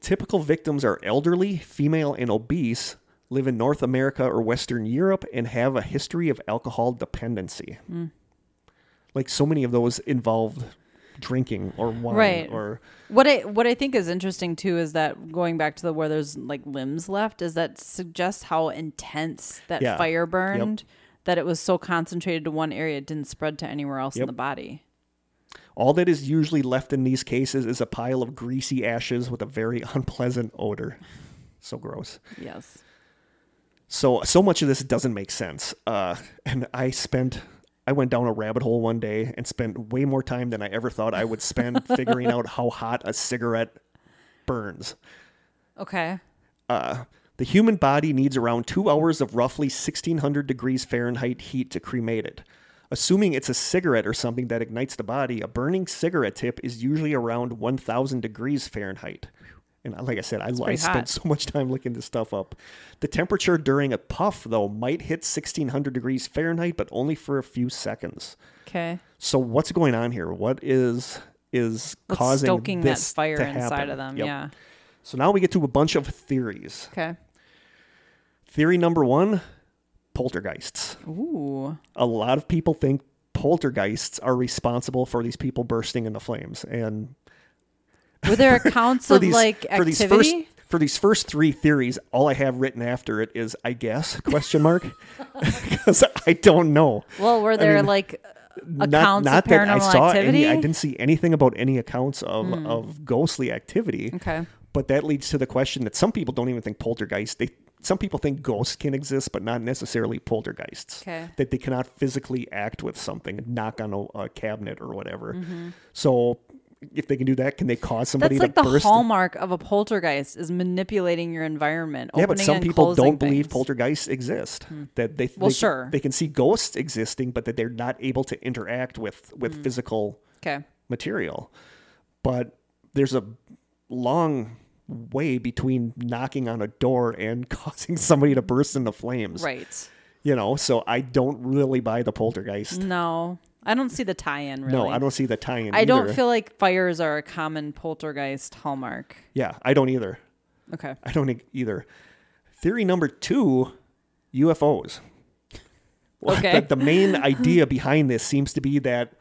Typical victims are elderly, female, and obese, live in North America or Western Europe, and have a history of alcohol dependency. Like so many of those involved drinking or wine
Right.
or
What I what I think is interesting too is that going back to the where there's like limbs left is that suggests how intense that
Yeah.
fire
Yep.
burned that it was so concentrated to one area it didn't spread to anywhere else in
Yep.
the body.
All that is usually left in these cases is a pile of greasy ashes with a very unpleasant odor. So gross.
Yes.
So so much of this doesn't make sense. Uh, and I spent I went down a rabbit hole one day and spent way more time than I ever thought I would spend figuring out how hot a cigarette burns.
Okay.
Uh, the human body needs around two hours of roughly 1600 degrees Fahrenheit heat to cremate it. Assuming it's a cigarette or something that ignites the body, a burning cigarette tip is usually around 1000 degrees Fahrenheit. And I- like I said, I, I
pretty hot.
spent so much time looking this stuff up. The temperature during a puff, though, might hit 1600 degrees Fahrenheit, but only for a few seconds.
Okay.
So what's going on here? What is is
What's
causing
stoking that
this
fire
to
inside
happen?
of them.
Yep.
Yeah.
So now we get to a bunch of theories.
Okay.
Theory number one poltergeists.
Ooh.
A lot of people think poltergeists are responsible for these people bursting into flames. And
Were there accounts
for
of
these,
like
for
activity?
these first for these first three theories, all I have written after it is I guess question mark because I don't know.
well, were there
mean,
like
Not-
accounts
not
of
that I
paranormal
saw
activity? Hmm.
any. I didn't see anything about any accounts of of ghostly activity.
okay.
But that leads to the question that some people don't even think poltergeists. They some people think ghosts can exist, but not necessarily poltergeists.
Okay.
That they cannot physically act with something, knock on a, a cabinet or whatever. So, if they can do that, can they cause somebody
Mm-hmm. That's like
to
the
burst?
hallmark of a poltergeist is manipulating your environment.
yeah,
opening
but some
and
people
closing
don't believe
things. Hmm.
poltergeists exist. That they
Well,
they, can-
sure.
they can see ghosts existing, but that they're not able to interact with
Hmm.
with physical
Okay.
material. But there's a long way between knocking on a door and causing somebody to burst into flames.
Right.
You know, so I don't really buy the poltergeist.
No, I don't see the tie-in. Mm. Really,
No, I don't see the tie-in.
I don't
either.
feel like fires are a common poltergeist hallmark.
Yeah, I don't either.
Okay.
I don't e- either. Theory number two, UFOs. Well,
Okay.
The, the main idea behind this seems to be that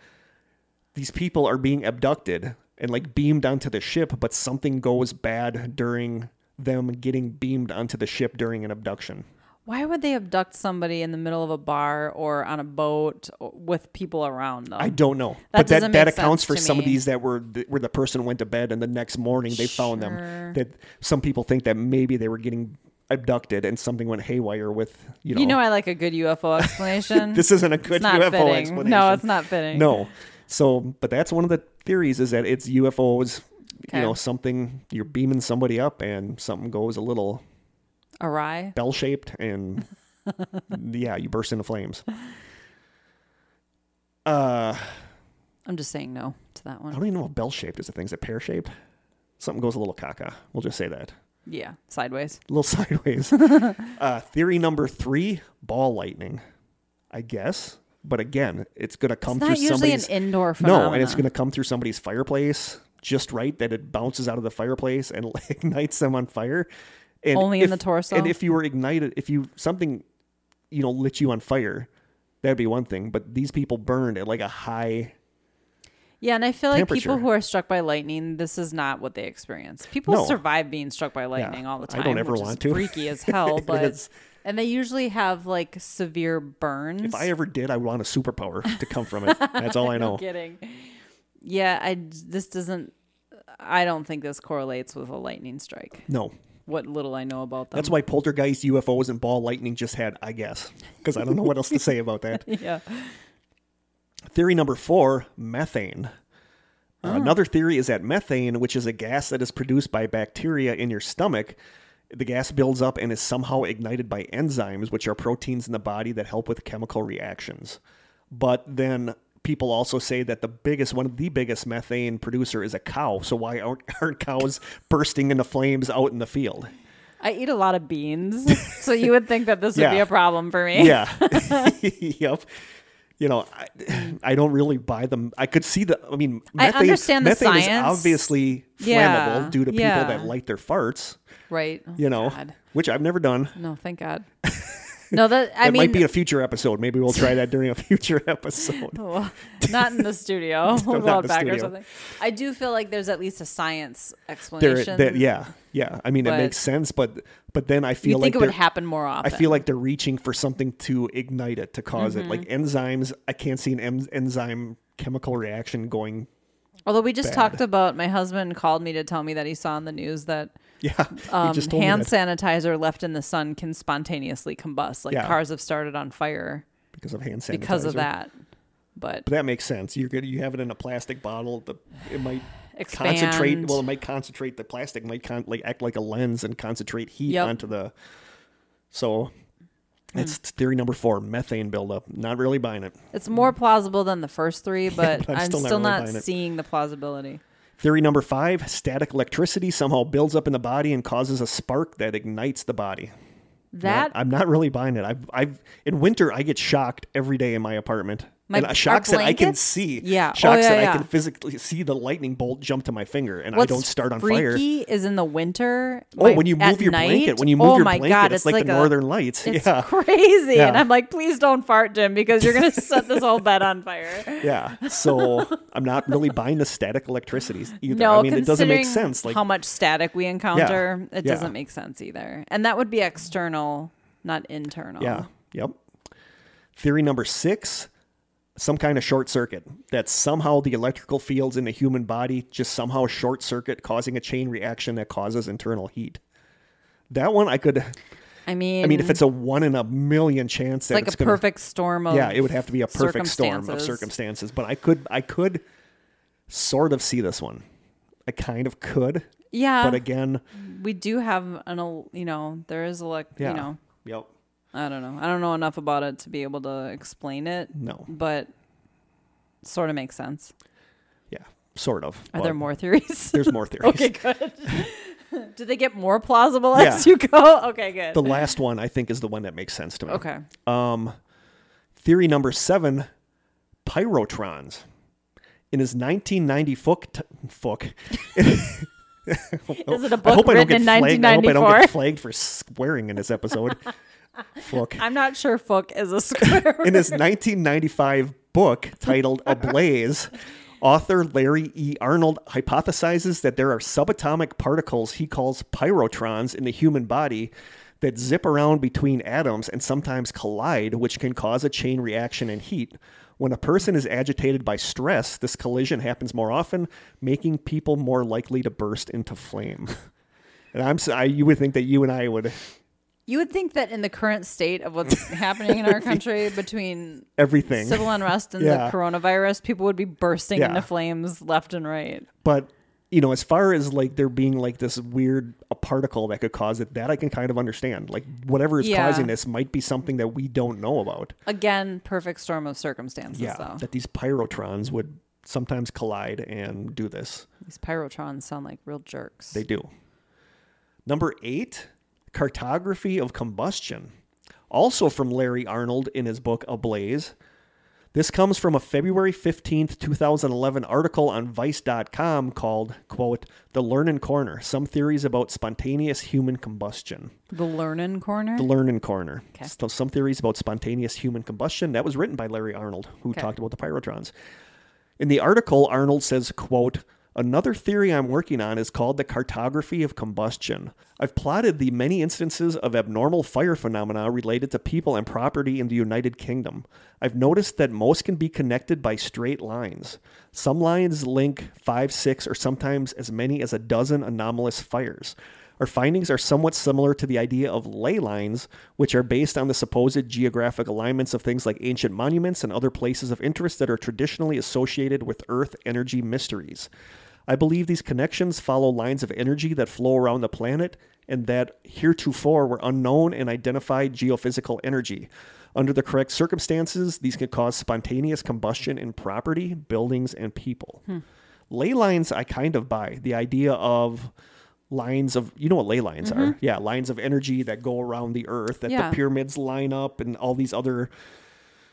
these people are being abducted and like beamed onto the ship, but something goes bad during them getting beamed onto the ship during an abduction.
Why would they abduct somebody in the middle of a bar or on a boat o- with people around them?
I don't know, but
doesn't
that that
make
accounts
sense
for
to
some of
me.
these that were th- where the person went to bed and the next morning they found
Sure.
them. That some people think that maybe they were getting abducted and something went haywire with you know.
you know, I like a good UFO explanation.
this isn't a good
it's not
UFO
fitting.
explanation.
No, it's not fitting.
No. So, but that's one of the theories is that it's UFOs.
Okay.
You know, something you're beaming somebody up and something goes a little
awry.
bell shaped and yeah, you burst into flames. Uh,
I'm just saying no to that
I
one.
don't even know what bell shaped is. The thing's a pear shaped. Something goes a little caca. We'll just say that.
Yeah, sideways.
A little sideways. uh, theory number three: ball lightning. I guess, but again, it's gonna come
It's
through
not usually an
somebody's.
indoor
No,
phenomenon.
and it's going to come through somebody's fireplace. just right that it bounces out of the fireplace and ignites them on fire. And
Only in
if-
the torso?
And if you were ignited, if you something, you know, lit you on fire, that'd be one thing. But these people burned at like a high.
Yeah, and I feel like people
Temperature.
who are struck by lightning, this is not what they experience. People
No.
survive being struck by lightning all the
I
time.
don't ever
which is
want to.
Freaky as hell,
It
but
is.
and they usually have like severe burns.
If I ever did, I would want a superpower to come from it. That's all I know.
No kidding. Yeah, I this doesn't. I don't think this correlates with a lightning strike.
No.
What little I know about them.
That's why poltergeist, UFOs, and ball lightning just had, I guess, because I don't know what else to say about that.
yeah.
Theory number four methane. Uh, Another theory is that methane, which is a gas that is produced by bacteria in your stomach, the gas builds up and is somehow ignited by enzymes, which are proteins in the body that help with chemical reactions. But then people also say that the biggest, one of the biggest methane producer is a cow. So why aren't, aren't cows bursting into flames out in the field?
I eat a lot of beans, so you would think that this would be
Yeah.
a problem for me.
Yeah. yep. You know, I, I don't really buy them. I could see the. I mean,
I
methane,
understand the
methane is
science.
obviously flammable
Yeah,
due to people
yeah.
that light their farts.
Right. Oh,
You know,
God.
which I've never done.
No, thank God. No, that I
That
mean,
might be a future episode. Maybe we'll try that during a future episode.
Well, not in the studio. we'll
not
go
in the
out back or
studio.
something. I do feel like there's at least a science
There,
explanation.
that, yeah, yeah. I mean,
But-
it makes sense, but but then I
you
feel
think
like
it would
they're-
happen more
I
often.
feel like they're reaching for something to ignite it to because it. Like
Mm-hmm.
enzymes, I can't see an en- enzyme chemical reaction going.
Although we just
bad.
talked about, my husband called me to tell me that he saw in the news that
Yeah,
um,
you just told me
hand
that.
sanitizer left in the sun can spontaneously combust. Like
Yeah.
cars have started on fire
because of hand sanitizer.
because of that. But
But that makes sense. You're good. You have it in a plastic bottle. The it might
Expand.
concentrate. Well, it might concentrate the plastic. Might con- like act like a lens and concentrate heat
Yep.
onto the. So, that's
Hmm.
theory number four: methane buildup. Not really buying it.
it's more plausible than the first three, but,
but I'm
I'm,
still
still,
not really
not
buying it.
seeing the plausibility.
Theory number five: static electricity somehow builds up in the body and causes a spark that ignites the body. Not-
That
I'm not really buying it. I've, I've in winter I get shocked every day in my apartment.
My-
and uh, shocks that I can
blankets?
see.
Yeah. Oh,
Shocks
yeah,
that
yeah.
I can physically see the lightning bolt jump to my finger and
What's
I don't start on fire.
freaky is in the winter.
Oh,
like,
when you
at
move your blanket,
night.
when you move
oh
your
my
blanket,
God,
it's, like, the
a-
Northern Lights.
It's
yeah,
crazy. And
Yeah.
I'm like, please don't fart, Jim, because you're going to set this whole bed on fire.
yeah. So I'm not really buying the static electricity either.
No,
I mean it doesn't make
considering
sense. Like
how much static we encounter, it
yeah.
doesn't make sense either. And that would be external, not internal.
yeah, yep. Theory number six: some kind of short circuit that somehow the electrical fields in the human body just somehow short circuit, causing a chain reaction that causes internal heat. That one I could.
I mean,
I mean, if it's a one in a million chance that
Mm-hmm. like
it's
a
gonna-
perfect storm of
yeah it would have to be a perfect storm of
circumstances.
circumstances but i could i could sort of see this one i kind of could
yeah,
but again
we do have an, el- you know, there is a, like,
yeah
you know,
yep
I don't know. I don't know enough about it to be able to explain it,
no
but sort of makes sense.
yeah sort of
Are
but
there more theories?
there's more theories
Okay, good. Do they get more plausible as
Yeah.
you go? Okay, good.
the last one i think is the one that makes sense to me
okay.
Um, theory number seven pyrotrons. In his 1990 book, t- book.
Is it
Oh, I
a book
hope I don't
written
get
in
flagged. I hope I don't get
1994?
flagged for swearing in this episode. Fuck.
I'm not sure fuck is a square.
In
word.
his 1995 book titled Ablaze, author Larry E. Arnold hypothesizes that there are subatomic particles he calls pyrotrons in the human body that zip around between atoms and sometimes collide, which can cause a chain reaction and heat. When a person is agitated by stress, this collision happens more often, making people more likely to burst into flame. And I'm si you would think that you and I would
you would think that in the current state of what's happening in our country between
everything,
civil unrest and
Yeah.
the coronavirus, people would be bursting
Yeah.
into flames left and right.
but you know as far as like there being like this weird a particle that could cause it that i can kind of understand like whatever is
Yeah.
causing this might be something that we don't know about
Again, perfect storm of circumstances,
yeah
though.
that these pyrotrons would sometimes collide and do this
These pyrotrons sound like real jerks.
they do number eight cartography of combustion also from larry arnold in his book ablaze This comes from a February 15th, 2011 article on Vice.com called, quote, The Learnin' Corner Some Theories About Spontaneous Human Combustion.
The Learnin' Corner.
The Learnin' Corner.
Okay.
So some theories about spontaneous human combustion. That was written by Larry Arnold, who
Okay.
talked about the pyrotrons. In the article, Arnold says, quote, Another theory I'm working on is called the cartography of combustion. I've plotted the many instances of abnormal fire phenomena related to people and property in the United Kingdom. I've noticed that most can be connected by straight lines. Some lines link five, six, or sometimes as many as a dozen anomalous fires. Our findings are somewhat similar to the idea of ley lines, which are based on the supposed geographic alignments of things like ancient monuments and other places of interest that are traditionally associated with Earth energy mysteries. I believe these connections follow lines of energy that flow around the planet and that heretofore were unknown and identified geophysical energy. Under the correct circumstances, these can cause spontaneous combustion in property, buildings, and people. Ley lines, I kind of buy. The idea of lines of, you know what ley lines are? Yeah, lines of energy that go around the earth, that
Mm-hmm. Yeah.
the pyramids line up, and all these other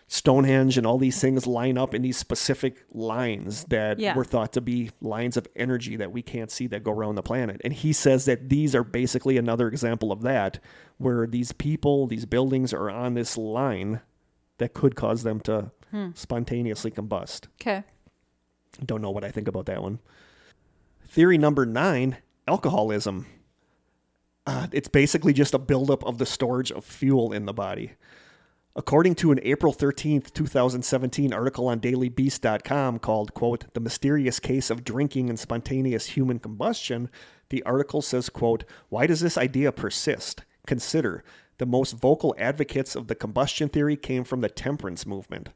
Stonehenge and all these things line up in these specific lines that
Yeah.
were thought to be lines of energy that we can't see that go around the planet. And he says that these are basically another example of that, where these people, these buildings are on this line that could cause them to
Hmm.
spontaneously combust.
Okay.
Don't know what I think about that one. Theory number nine alcoholism. Uh, it's basically just a buildup of the storage of fuel in the body. According to an April 13th, 2017 article on dailybeast.com called, quote, The Mysterious Case of Drinking and Spontaneous Human Combustion, the article says, quote, Why does this idea persist? Consider, the most vocal advocates of the combustion theory came from the temperance movement.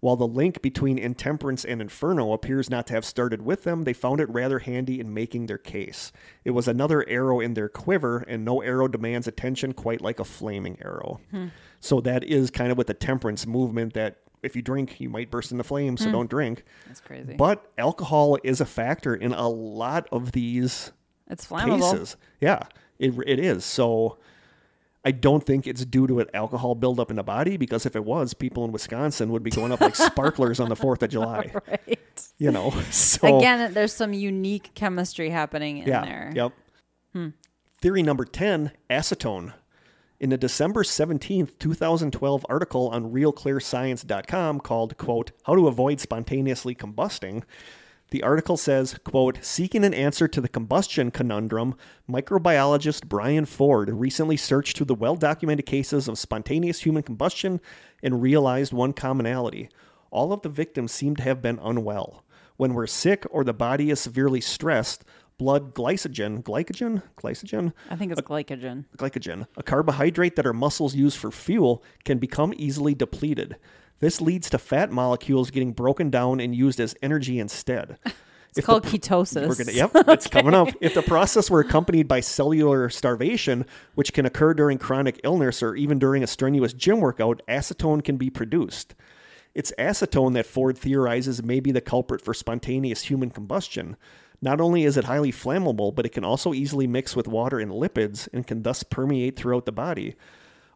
While the link between intemperance and inferno appears not to have started with them, they found it rather handy in making their case. It was another arrow in their quiver, and no arrow demands attention quite like a flaming arrow. So that is kind of with the temperance movement that if you drink, you might burst into flames, so don't drink.
That's crazy.
But alcohol is a factor in a lot of these
it's flammable.
cases. Yeah, it, it is. So I don't think it's due to an alcohol buildup in the body because if it was, people in Wisconsin would be going up like sparklers on the 4th of July,
Right.
you know? So
Again, there's some unique chemistry happening in
yeah,
there. Hmm.
Yep. Theory number 10 acetone. In a December 17th, 2012 article on realclearscience.com called, quote, How to Avoid Spontaneously Combusting, the article says, quote, Seeking an answer to the combustion conundrum, microbiologist Brian Ford recently searched through the well documented cases of spontaneous human combustion and realized one commonality. All of the victims seem to have been unwell. When we're sick or the body is severely stressed, blood glycogen, glycogen, glycogen,
I think it's glycogen.
glycogen, a carbohydrate that our muscles use for fuel, can become easily depleted. This leads to fat molecules getting broken down and used as energy instead.
It's called ketosis.
We're gonna, yep, it's coming up. If the process were accompanied by cellular starvation, which can occur during chronic illness or even during a strenuous gym workout, acetone can be produced. It's acetone that Ford theorizes may be the culprit for spontaneous human combustion. Not only is it highly flammable, but it can also easily mix with water and lipids and can thus permeate throughout the body.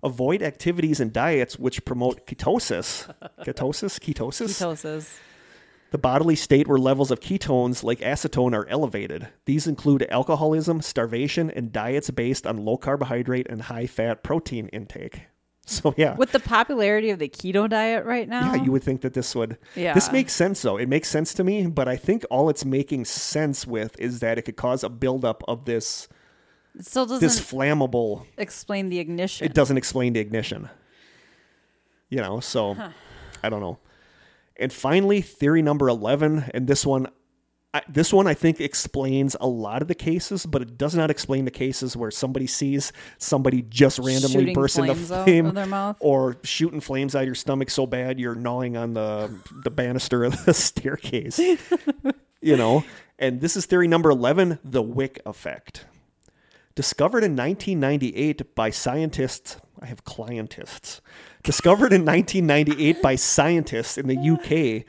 Avoid activities and diets which promote ketosis. Ketosis? Ketosis?
Ketosis.
the bodily state where levels of ketones like acetone are elevated. These include alcoholism, starvation, and diets based on low carbohydrate and high fat protein intake. So yeah.
With the popularity of the keto diet right now,
yeah, you would think that this would. This
Yeah.
makes sense though. It makes sense to me, but I think all it's making sense with is that it could cause a buildup of this
it still doesn't
this flammable.
explain the ignition.
It doesn't explain the ignition. You know, so I don't know. And finally, theory number 11, and this one I, this one I think explains a lot of the cases, but it does not explain the cases where somebody sees somebody just randomly
Shooting
burst into
flames out
flame
of their mouth?
or shooting flames out of your stomach so bad you're gnawing on the the banister of the staircase. you know, and this is theory number 11, the wick effect. Discovered in 1998 by scientists, I have clientists. Discovered in 1998 by scientists in the UK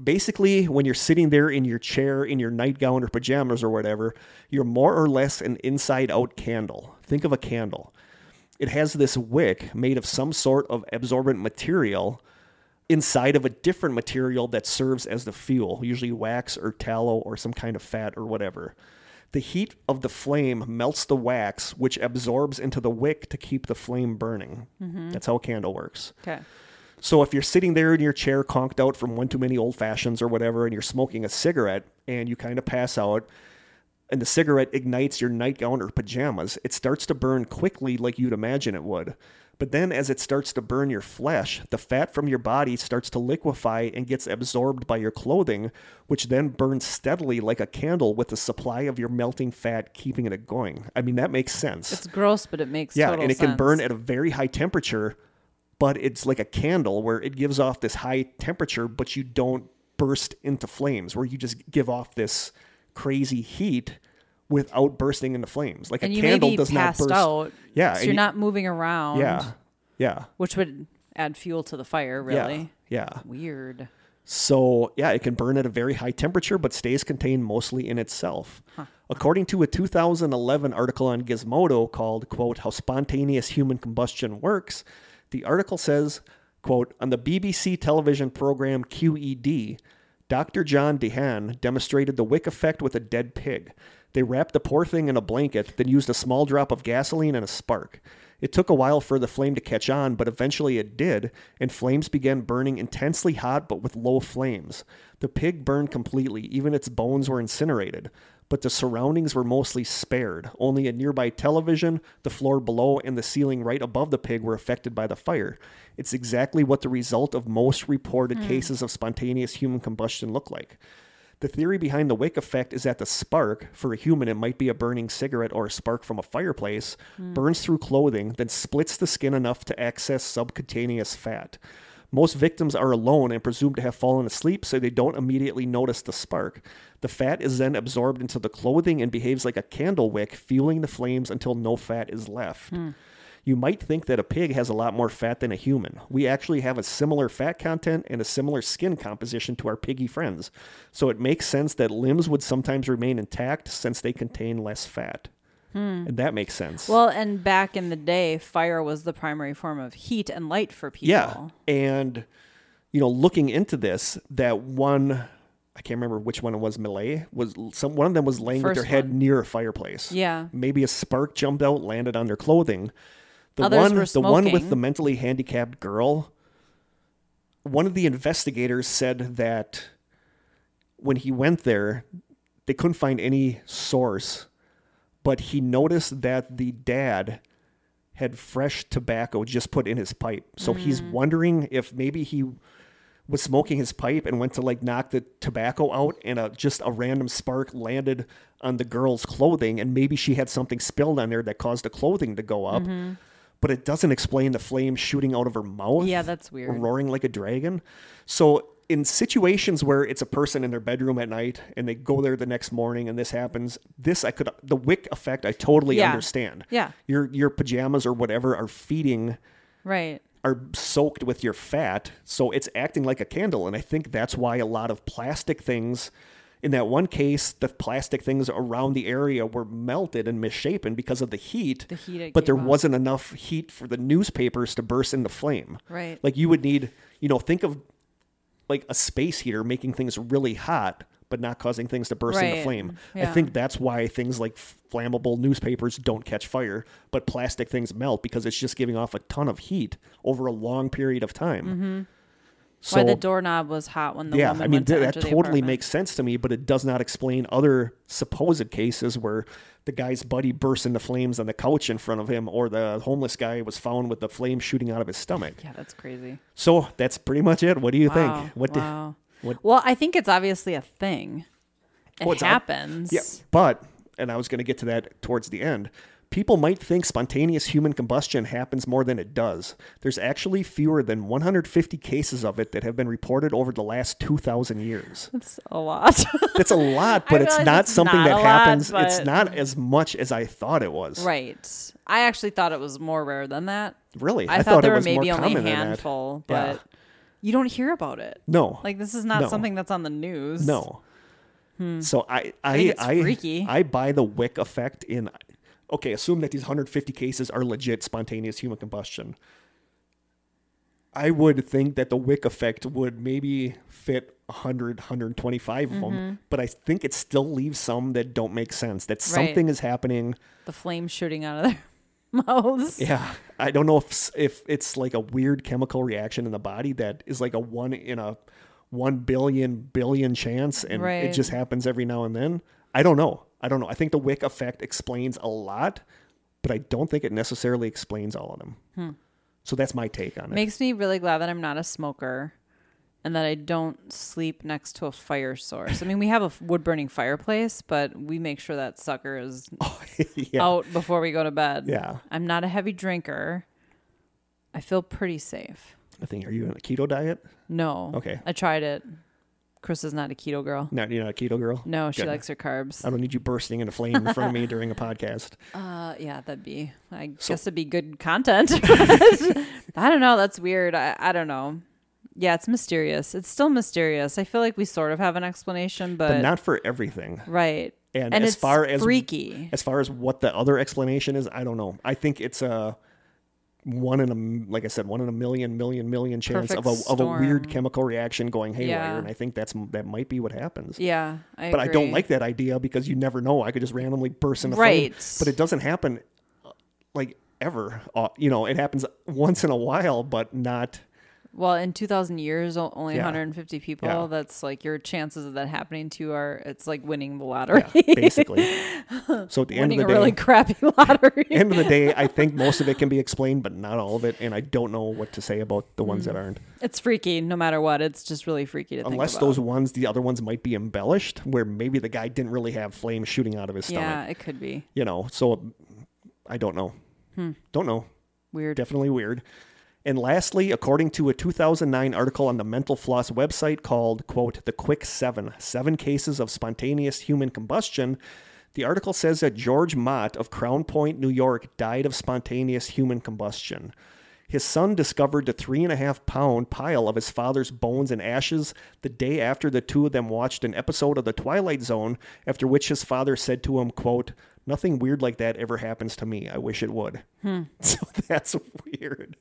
basically when you're sitting there in your chair in your nightgown or pajamas or whatever you're more or less an inside out candle think of a candle it has this wick made of some sort of absorbent material inside of a different material that serves as the fuel, usually wax or tallow or some kind of fat or whatever. The heat of the flame melts the wax, which absorbs into the wick to keep the flame burning. That's how a candle works.
Okay.
So if you're sitting there in your chair, conked out from one too many old fashions or whatever, and you're smoking a cigarette and you kind of pass out, and the cigarette ignites your nightgown or pajamas, it starts to burn quickly like you'd imagine it would. But then, as it starts to burn your flesh, the fat from your body starts to liquefy and gets absorbed by your clothing, which then burns steadily like a candle with the supply of your melting fat keeping it going. I mean, that makes sense.
It's gross, but it makes
Yeah,
total
and it can
sense.
burn at a very high temperature, but it's like a candle where it gives off this high temperature, but you don't burst into flames, where you just give off this crazy heat without bursting into flames. Like
and
a
you
candle
may be
does not
passed
burst.
out.
Yeah,
so
and
you're
you-
not moving around.
Yeah, yeah,
which would add fuel to the fire. Really
yeah, yeah.
weird.
So, yeah, it can burn at a very high temperature but stays contained mostly in itself. According to a 2011 article on Gizmodo called, quote, How Spontaneous Human Combustion Works, the article says, quote, on the BBC television program E QED, Dr. John Dehan demonstrated the wick effect with a dead pig. They wrapped the poor thing in a blanket, then used a small drop of gasoline and a spark. It took a while for the flame to catch on, but eventually it did, and flames began burning intensely hot but with low flames. The pig burned completely, even its bones were incinerated. But the surroundings were mostly spared. Only a nearby television, the floor below, and the ceiling right above the pig were affected by the fire. It's exactly what the result of most reported cases of spontaneous human combustion look like. The theory behind the wick effect is that the spark, for a human, it might be a burning cigarette or a spark from a fireplace, burns through clothing, then splits the skin enough to access subcutaneous fat. Most victims are alone and presumed to have fallen asleep, so they don't immediately notice the spark. The fat is then absorbed into the clothing and behaves like a candle wick, fueling the flames until no fat is left. You might think that a pig has a lot more fat than a human. We actually have a similar fat content and a similar skin composition to our piggy friends, so it makes sense that limbs would sometimes remain intact since they contain less fat. And that makes sense.
Well, and back in the day, fire was the primary form of heat and light for people.
yeah. And, you know, looking into this, that one, I can't remember which one it was, Malay, was some, one of them was laying
First
with their head
one.
near a fireplace.
Yeah.
Maybe a spark jumped out, landed on their clothing. The
Others
one,
were
the one with
smoking.
the mentally handicapped girl. One of the investigators said that when he went there, they couldn't find any source, but he noticed that the dad had fresh tobacco just put in his pipe. So he's
Mm.
wondering if maybe he was smoking his pipe and went to like knock the tobacco out and a, just a random spark landed on the girl's clothing and maybe she had something spilled on there that caused the clothing to go up
Mm-hmm.
but it doesn't explain the flame shooting out of her mouth
Yeah, that's weird.
roaring like a dragon so in situations where it's a person in their bedroom at night and they go there the next morning and this happens this i could the wick effect i totally
Yeah.
understand
Yeah.
your your pajamas or whatever are feeding
Right.
are soaked with your fat, so it's acting like a candle. And I think that's why a lot of plastic things, in that one case, the plastic things around the area were melted and misshapen because of the heat.
The heat it
but there
gave off.
wasn't enough heat for the newspapers to burst into flame.
Right.
Like you would need, you know, think of like a space heater making things really hot. But not causing things to burst into
Right.
flame. I
Yeah.
think that's why things like flammable newspapers don't catch fire, but plastic things melt because it's just giving off a ton of heat over a long period of time. So,
Why Mm-hmm. the doorknob was hot when the
yeah,
woman
I mean,
went to
th- that
enter the
totally
apartment.
makes sense to me, but it does not explain other supposed cases where the guy's buddy bursts into flames on the couch in front of him or the homeless guy was found with the flame shooting out of his stomach.
Yeah, that's crazy.
So that's pretty much it. What do you
Wow,
think? What do-
wow.
what-
well, I think it's obviously a thing. It
Well, it's ob-
happens.
Yeah, but and I was going to get to that towards the end. People might think spontaneous human combustion happens more than it does. There's actually fewer than 150 cases of it that have been reported over the last 2,000 years.
It's a lot.
That's a lot, but it's
realize
not
it's
something
not
that
a lot,
happens. it's
but-
not as much as I thought it was.
right. I actually thought it was more rare than that.
Really,
I, thought, there
it
were
was more
maybe only a
common than that.
handful,
Yeah.
but you don't hear about it.
No,
Like this is not
No.
something that's on the news.
No. So I I
think it's
I,
freaky.
I buy the wick effect in okay, assume that these 150 cases are legit spontaneous human combustion. I would think that the wick effect would maybe fit 100, 125 of them, but I think it still leaves some that don't make sense. That something is happening.
The flames shooting out of their mouths.
Yeah, I don't know if s- if it's like a weird chemical reaction in the body that is like a one in a one billion billion chance, and
Right.
it just happens every now and then. I don't know. I don't know. I think the Wick effect explains a lot, but I don't think it necessarily explains all of them.
Hmm.
So that's my take on it.
Makes me really glad that I'm not a smoker and that I don't sleep next to a fire source. I mean, we have a wood burning fireplace, but we make sure that sucker is
yeah,
out before we go to bed.
Yeah.
I'm not a heavy drinker. I feel pretty safe.
I think. Are you on a keto diet?
No.
Okay.
I tried it. Chris is not a keto girl.
No, you're not a keto girl.
No, she
Good.
likes her carbs.
I don't need you bursting into flame in front of me during a podcast.
Uh, yeah, that'd be. I guess it'd be good content. I don't know. That's weird. I, I don't know. Yeah, it's mysterious. It's still mysterious. I feel like we sort of have an explanation, but,
But not for everything.
right.
And,
And
as
it's
far as
freaky.
As far as what the other explanation is, I don't know. I think it's a one in a m- like I said, one in a million, million, million chance of a
Perfect
of a weird
storm.
chemical reaction going haywire,
Yeah.
and I think that's m- that might be what happens.
Yeah, I
but I don't
agree.
like that idea because you never know. I could just randomly burst into flame,
Right.
but it doesn't happen uh, like ever. Uh, you know, it happens once in a while, but not.
Well, in 2,000 years, o- only
Yeah.
150 people.
Yeah.
That's like your chances of that happening to you are. It's like winning the lottery.
Basically, so at the end of
winning
the
a
day,
really crappy lottery.
end of the day, I think most of it can be explained, but not all of it. And I don't know what to say about the
Mm.
ones that aren't.
it's freaky, no matter what. It's just really freaky to
Unless
think about.
those ones, the other ones might be embellished, where maybe the guy didn't really have flames shooting out of his
Yeah,
stomach.
it could be
You know, so I don't know.
Hmm.
Don't know.
weird.
Definitely weird. And lastly, according to a 2009 article on the Mental Floss website called, quote, The Quick Seven Seven Cases of Spontaneous Human Combustion, the article says that George Mott of Crown Point, New York, died of spontaneous human combustion. His son discovered the three and a half pound pile of his father's bones and ashes the day after the two of them watched an episode of The Twilight Zone, after which his father said to him, quote, Nothing weird like that ever happens to me. I wish it would. So that's weird.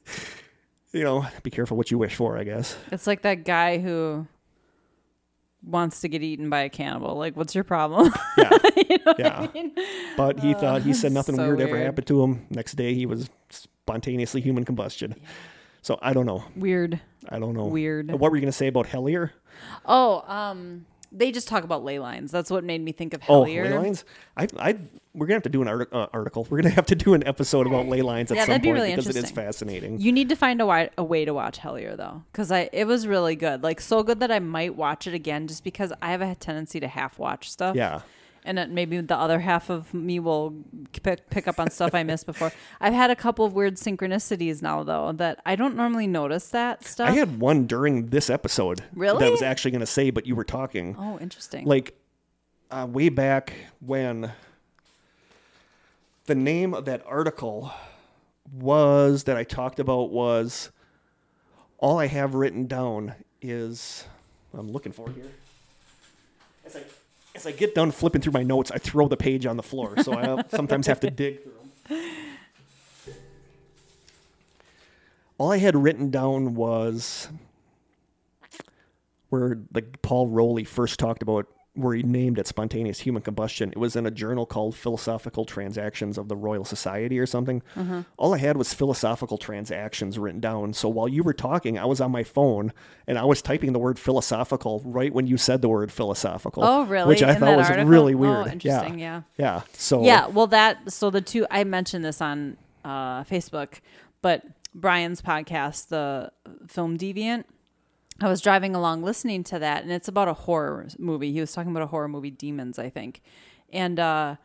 You know, be careful what you wish for, I guess.
It's like that guy who wants to get eaten by a cannibal. Like, what's your problem?
Yeah. yeah. But he thought, he said nothing
so
weird, ever
weird.
happened to him. Next day, he was spontaneously human combustion. So I don't know.
weird.
I don't know.
Weird.
What were you going to say about Hellier?
Oh, um, they just talk about ley lines. That's what made me think of
Oh,
Hellier.
ley lines. I, I, we're gonna have to do an artic- uh, article. We're gonna have to do an episode about ley lines at
Yeah,
some
that'd be
point
really
because it is
interesting.
fascinating.
You need to find a, wi- a way to watch Hellier though, because I it was really good, like so good that I might watch it again, just because I have a tendency to half watch stuff.
Yeah.
and it, maybe the other half of me will pick, pick up on stuff I missed before. I've had a couple of weird synchronicities now though that I don't normally notice that stuff.
I had one during this episode that I
Really?
was actually gonna say, but you were talking.
oh, interesting.
like uh, way back when the name of that article was that I talked about was all I have written down is I'm looking for it here. As I as I get done flipping through my notes, I throw the page on the floor, so I sometimes have to dig through them. All I had written down was where like Paul Rowley first talked about where he named it spontaneous human combustion. It was in a journal called Philosophical Transactions of the Royal Society or something.
Mm-hmm.
All I had was philosophical transactions written down. So while you were talking, I was on my phone and I was typing the word philosophical right when you said the word philosophical.
Oh, really?
Which I
In
thought
that
was
article?
really
Oh,
weird.
interesting, yeah.
Yeah. So
Yeah, well, that so the two I mentioned this on uh, Facebook, but Brian's podcast, the Film Deviant. I was driving along listening to that, and it's about a horror movie. He was talking about a horror movie, Demons, I think, and uh,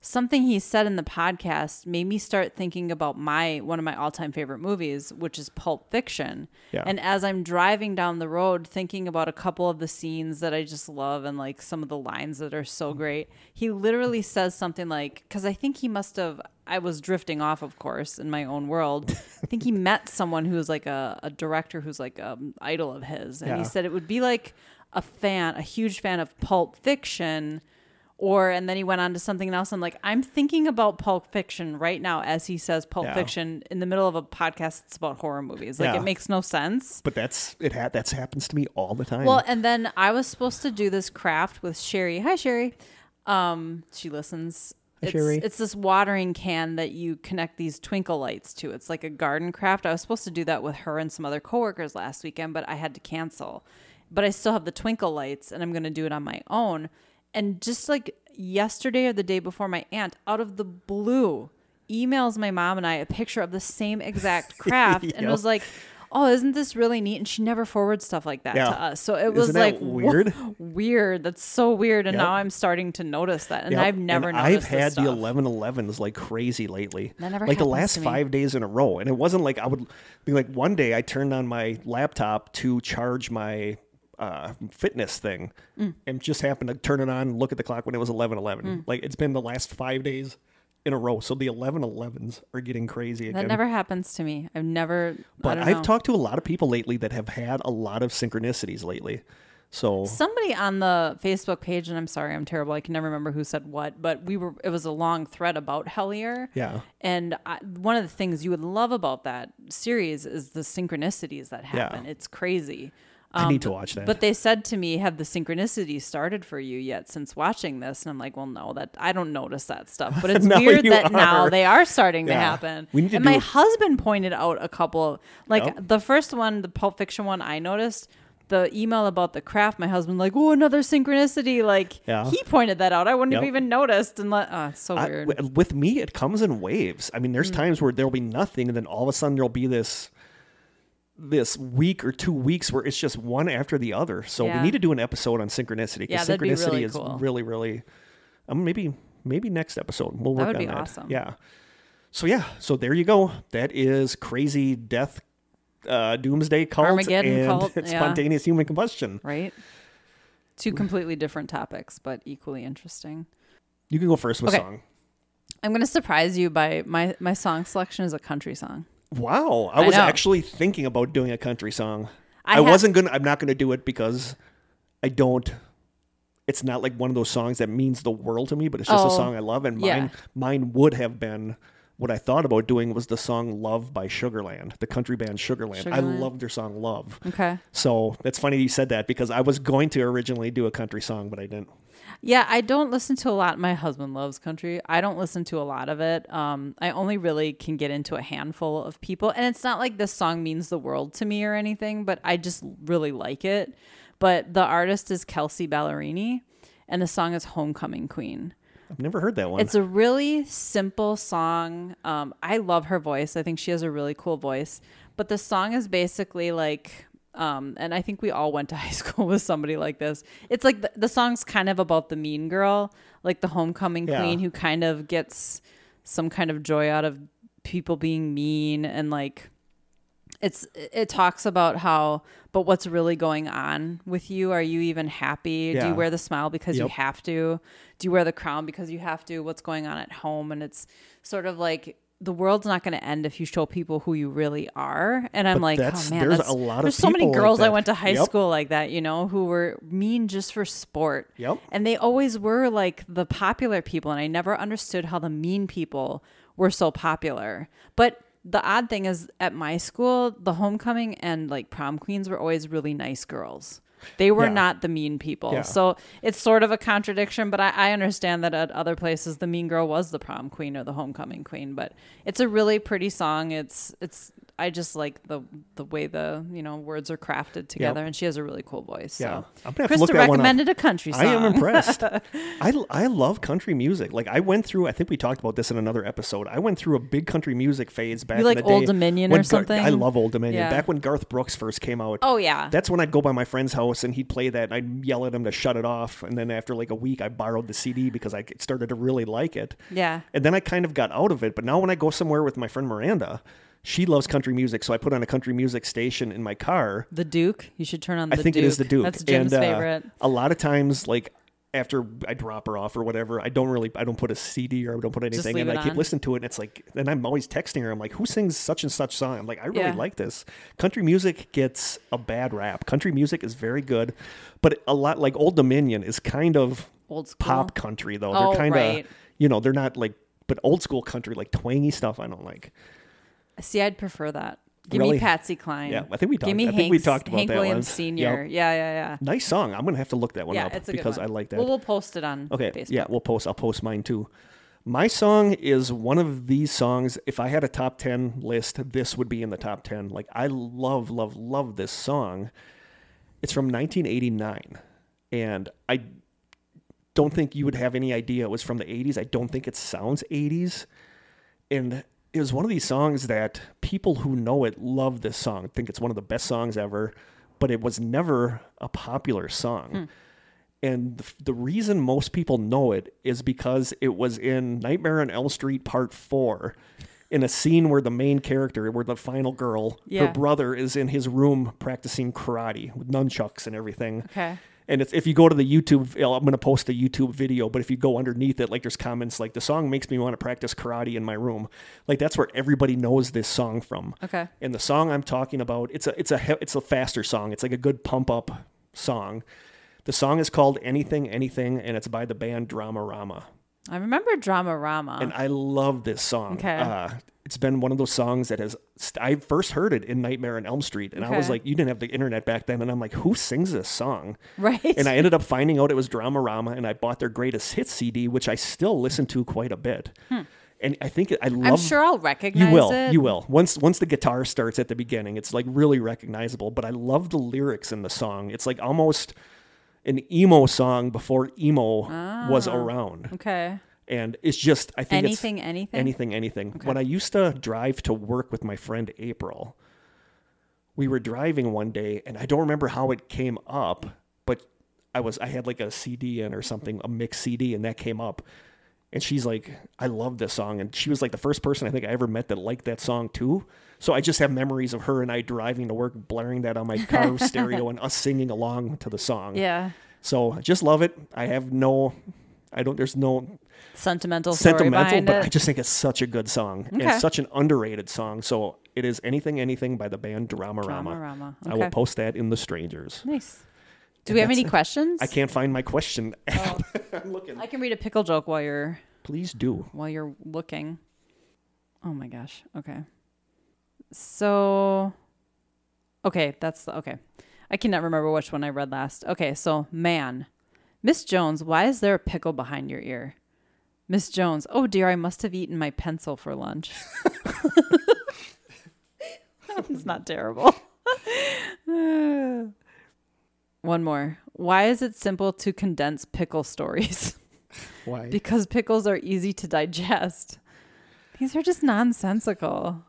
something he said in the podcast made me start thinking about my one of my all-time favorite movies, which is Pulp Fiction.
Yeah.
And as I'm driving down the road thinking about a couple of the scenes that I just love and like some of the lines that are so
Mm-hmm.
great, he literally says something like, because I think he must have, I was drifting off, of course, in my own world. I think he met someone who was like a, a director who's like an idol of his. And
Yeah.
he said it would be like a fan, a huge fan of Pulp Fiction Or and then he went on to something else. I'm like, I'm thinking about Pulp Fiction right now as he says Pulp
Yeah.
Fiction in the middle of a podcast that's about horror movies. Like
Yeah.
it makes no sense.
But that's it. Ha- that's happens to me all the time.
Well, and then I was supposed to do this craft with Sherry. Hi, Sherry. Um, she listens.
Hi,
it's,
Sherry.
it's this watering can that you connect these twinkle lights to. It's like a garden craft. I was supposed to do that with her and some other coworkers last weekend, but I had to cancel. But I still have the twinkle lights and I'm going to do it on my own. And just like yesterday or the day before, my aunt, out of the blue, emails my mom and I a picture of the same exact craft and
Yep.
was like, oh, isn't this really neat? And she never forwards stuff like that
Yeah.
to us. So it
Isn't
was
that
like
weird?
"Whoa, weird. That's so weird. And
Yep.
now I'm starting to notice that. And
Yep,
I've never
and
noticed
I've had
this
the
stuff.
11 11s like crazy lately.
That never
like the
happens
last
to me.
five days in a row. And it wasn't like I would be like one day I turned on my laptop to charge my uh, fitness thing
Mm.
and just happened to turn it on, look at the clock when it was 11 11. Like it's been the last five days in a row. So the 11 11s are getting crazy again.
That never happens to me. I've never.
but
I don't
I've
know.
talked to a lot of people lately that have had a lot of synchronicities lately. So
Somebody on the Facebook page, and I'm sorry, I'm terrible. I can never remember who said what, but we were. It was a long thread about Hellier.
Yeah.
And I, one of the things you would love about that series is the synchronicities that
Yeah.
happen. It's crazy.
I need to watch that.
Um, But they said to me, "Have the synchronicity started for you yet since watching this?" And I'm like, "Well, no, that I don't notice that stuff. But it's
Now
weird
you
that now
are.
they are starting to
Yeah.
happen."
We need to
and
do
my
a-
husband pointed out a couple of like
Yep.
the first one, the Pulp Fiction one. I noticed the email about the craft. My husband like, "Oh, another synchronicity!" Like
Yeah.
he pointed that out. I wouldn't have
Yep.
even noticed. And like, oh, it's so
I-
weird. Hmm.
w- with me, it comes in waves. I mean, there's times where there'll be nothing, and then all of a sudden there'll be this this week or two weeks where it's just one after the other. So
Yeah.
we need to do an episode on synchronicity
Yeah,
because
that'd be
synchronicity
really
is
cool.
really, really. Um, maybe maybe next episode we'll work
would
on
be
that.
awesome.
Yeah. So yeah, so there you go. That is crazy death, uh, doomsday cult,
Armageddon
and
cult, yeah.
spontaneous human combustion.
right? Two completely different topics, but equally interesting.
You can go first with
Okay.
song.
I'm gonna surprise you by my my song selection is a country song.
Wow, I,
I
was
know.
actually thinking about doing a country song.
I
I,
have-
wasn't gonna. I'm not gonna do it because I don't. It's not like one of those songs that means the world to me, but it's just a
Oh,
song I love, and
yeah.
mine mine would have been what I thought about doing was the song "Love" by Sugarland, the country band Sugarland. I
Sugarland.
love their song "Love."
Okay.
So that's funny you said that because I was going to originally do a country song, but I didn't.
Yeah, I don't listen to a lot. My husband loves country. I don't listen to a lot of it. Um, I only really can get into a handful of people, and it's not like this song means the world to me or anything, but I just really like it. But the artist is Kelsey Ballerini, and the song is "Homecoming Queen."
I've never heard that one.
It's a really simple song. Um, I love her voice. I think she has a really cool voice. But the song is basically like, um, and I think we all went to high school with somebody like this. It's like the, the song's kind of about the mean girl, like the homecoming
Yeah.
queen who kind of gets some kind of joy out of people being mean and like it's it talks about how but what's really going on with you are you even happy do
Yeah.
you wear the smile because you
Yep.
have to do you wear the crown because you have to what's going on at home and it's sort of like the world's not going to end if you show people who you really are and i'm
But
like
that's-
oh man
there's
that's-
a lot of
there's so many
people like
girls i
that.
went to high
Yep.
school like that you know who were mean just for sport
Yep.
and they always were like the popular people. And I never understood how the mean people were so popular. But the odd thing is, at my school, the homecoming and like prom queens were always really nice girls. They were
Yeah.
not the mean people.
Yeah.
So it's sort of a contradiction, but I, I understand that at other places the mean girl was the prom queen or the homecoming queen. But it's a really pretty song. It's it's I just like the the way the, you know, words are crafted together and she has a really cool voice.
Yeah.
So
I'm gonna have to
Krista
look that one up.
recommended a country song.
I am impressed. I, I love country music. Like I went through, I think we talked about this in another episode. I went through a big country music phase back.
You like
in the
Old
day
Dominion
when
or
Gar-
something?
I love Old Dominion.
Yeah.
Back when Garth Brooks first came out.
Oh yeah.
That's when I'd go by my friend's house and he'd play that. and I'd yell at him to shut it off. And then after like a week, I borrowed the CD because I started to really like it.
yeah.
And then I kind of got out of it. But now when I go somewhere with my friend Miranda, she loves country music, so I put on a country music station in my car.
The Duke. You should turn on
I
the
think
Duke.
it is the Duke.
That's Jim's
and, uh,
favorite.
A lot of times, like after I drop her off or whatever, I don't really, I don't put a CD or I don't put anything,
leave
and
it
I keep
on.
listening to it, and it's like, and I'm always texting her. I'm like, who sings such and such song? I'm like, I really
Yeah.
like this. Country music gets a bad rap. Country music is very good, but a lot like Old Dominion is kind of
Old school.
pop country though.
Oh,
they're kind of
right.
you know they're not like but old school country like twangy stuff. I don't like.
See, I'd prefer that. Give
Really?
me Patsy Cline.
Yeah, I think we talked-
Give me
I think we
Hank's-
talked about
Hank
that
Williams
once.
Senior.
Yep.
Yeah, yeah, yeah.
Nice song. I'm gonna have to look that one
Yeah,
up
it's a good
because
one.
I like that.
Well, we'll post it on
okay,
Facebook.
yeah, we'll post. I'll post mine too. My song is one of these songs. If I had a top ten list, this would be in the top ten. Like I love, love, love this song. It's from 1989, and I don't think you would have any idea it was from the 80s. I don't think it sounds 80s. And it was one of these songs that people who know it love this song, think it's one of the best songs ever, but it was never a popular song. And the, f- the reason most people know it is because it was in Nightmare on Elm Street Part 4 in a scene where the main character, where the final girl,
Yeah.
her brother is in his room practicing karate with nunchucks and everything.
Okay.
And it's, if you go to the YouTube, I'm going to post a YouTube video, but if you go underneath it, like there's comments like, the song makes me want to practice karate in my room. Like that's where everybody knows this song from.
Okay.
And the song I'm talking about, it's a, it's a, he- it's a faster song. It's like a good pump up song. The song is called Anything, Anything, and it's by the band Dramarama.
I remember Drama Rama.
And I love this song.
Okay.
Uh, it's been one of those songs that has, st- I first heard it in Nightmare on Elm Street, and I was
Okay.
like, you didn't have the internet back then. And I'm like, who sings this song?
right.
and I ended up finding out it was Dramarama, and I bought their greatest hits CD, which I still listen to quite a bit. And I think I love.
Hmm. I'm sure I'll
you
recognize
will.
it.
You will. Once once the guitar starts at the beginning, it's like really recognizable. But I love the lyrics in the song. It's like almost an emo song before emo was
Ah.
around,
Okay.
and it's just I think it's-
Anything, anything?
anything, anything. When I used to drive to work with my friend April, we were driving one day, and I don't remember how it came up, but I was I had like a CD in or something, a mix CD, and that came up. And she's like, I love this song. And she was like the first person I think I ever met that liked that song too. So I just have memories of her and I driving to work, blaring that on my car stereo and us singing along to the song.
Yeah.
So I just love it. I have no, I don't, there's no
Sentimental story
sentimental,
behind
but
it.
I just think it's such a good song
Okay.
and such an underrated song. So it is Anything Anything by the band Drama Rama.
Dramarama,
I will
okay.
post that in The Strangers.
nice. Do we have
that's
any questions?
I can't find my question.
Oh.
I'm looking.
I can read a pickle joke while you're
Please do.
while you're looking. Oh my gosh. Okay. So Okay, that's the, okay. I cannot remember which one I read last. Okay, so man. Miss Jones, why is there a pickle behind your ear? Miss Jones, oh dear, I must have eaten my pencil for lunch. that one's not terrible. one more. Why is it simple to condense pickle stories?
Why?
because pickles are easy to digest. These are just nonsensical.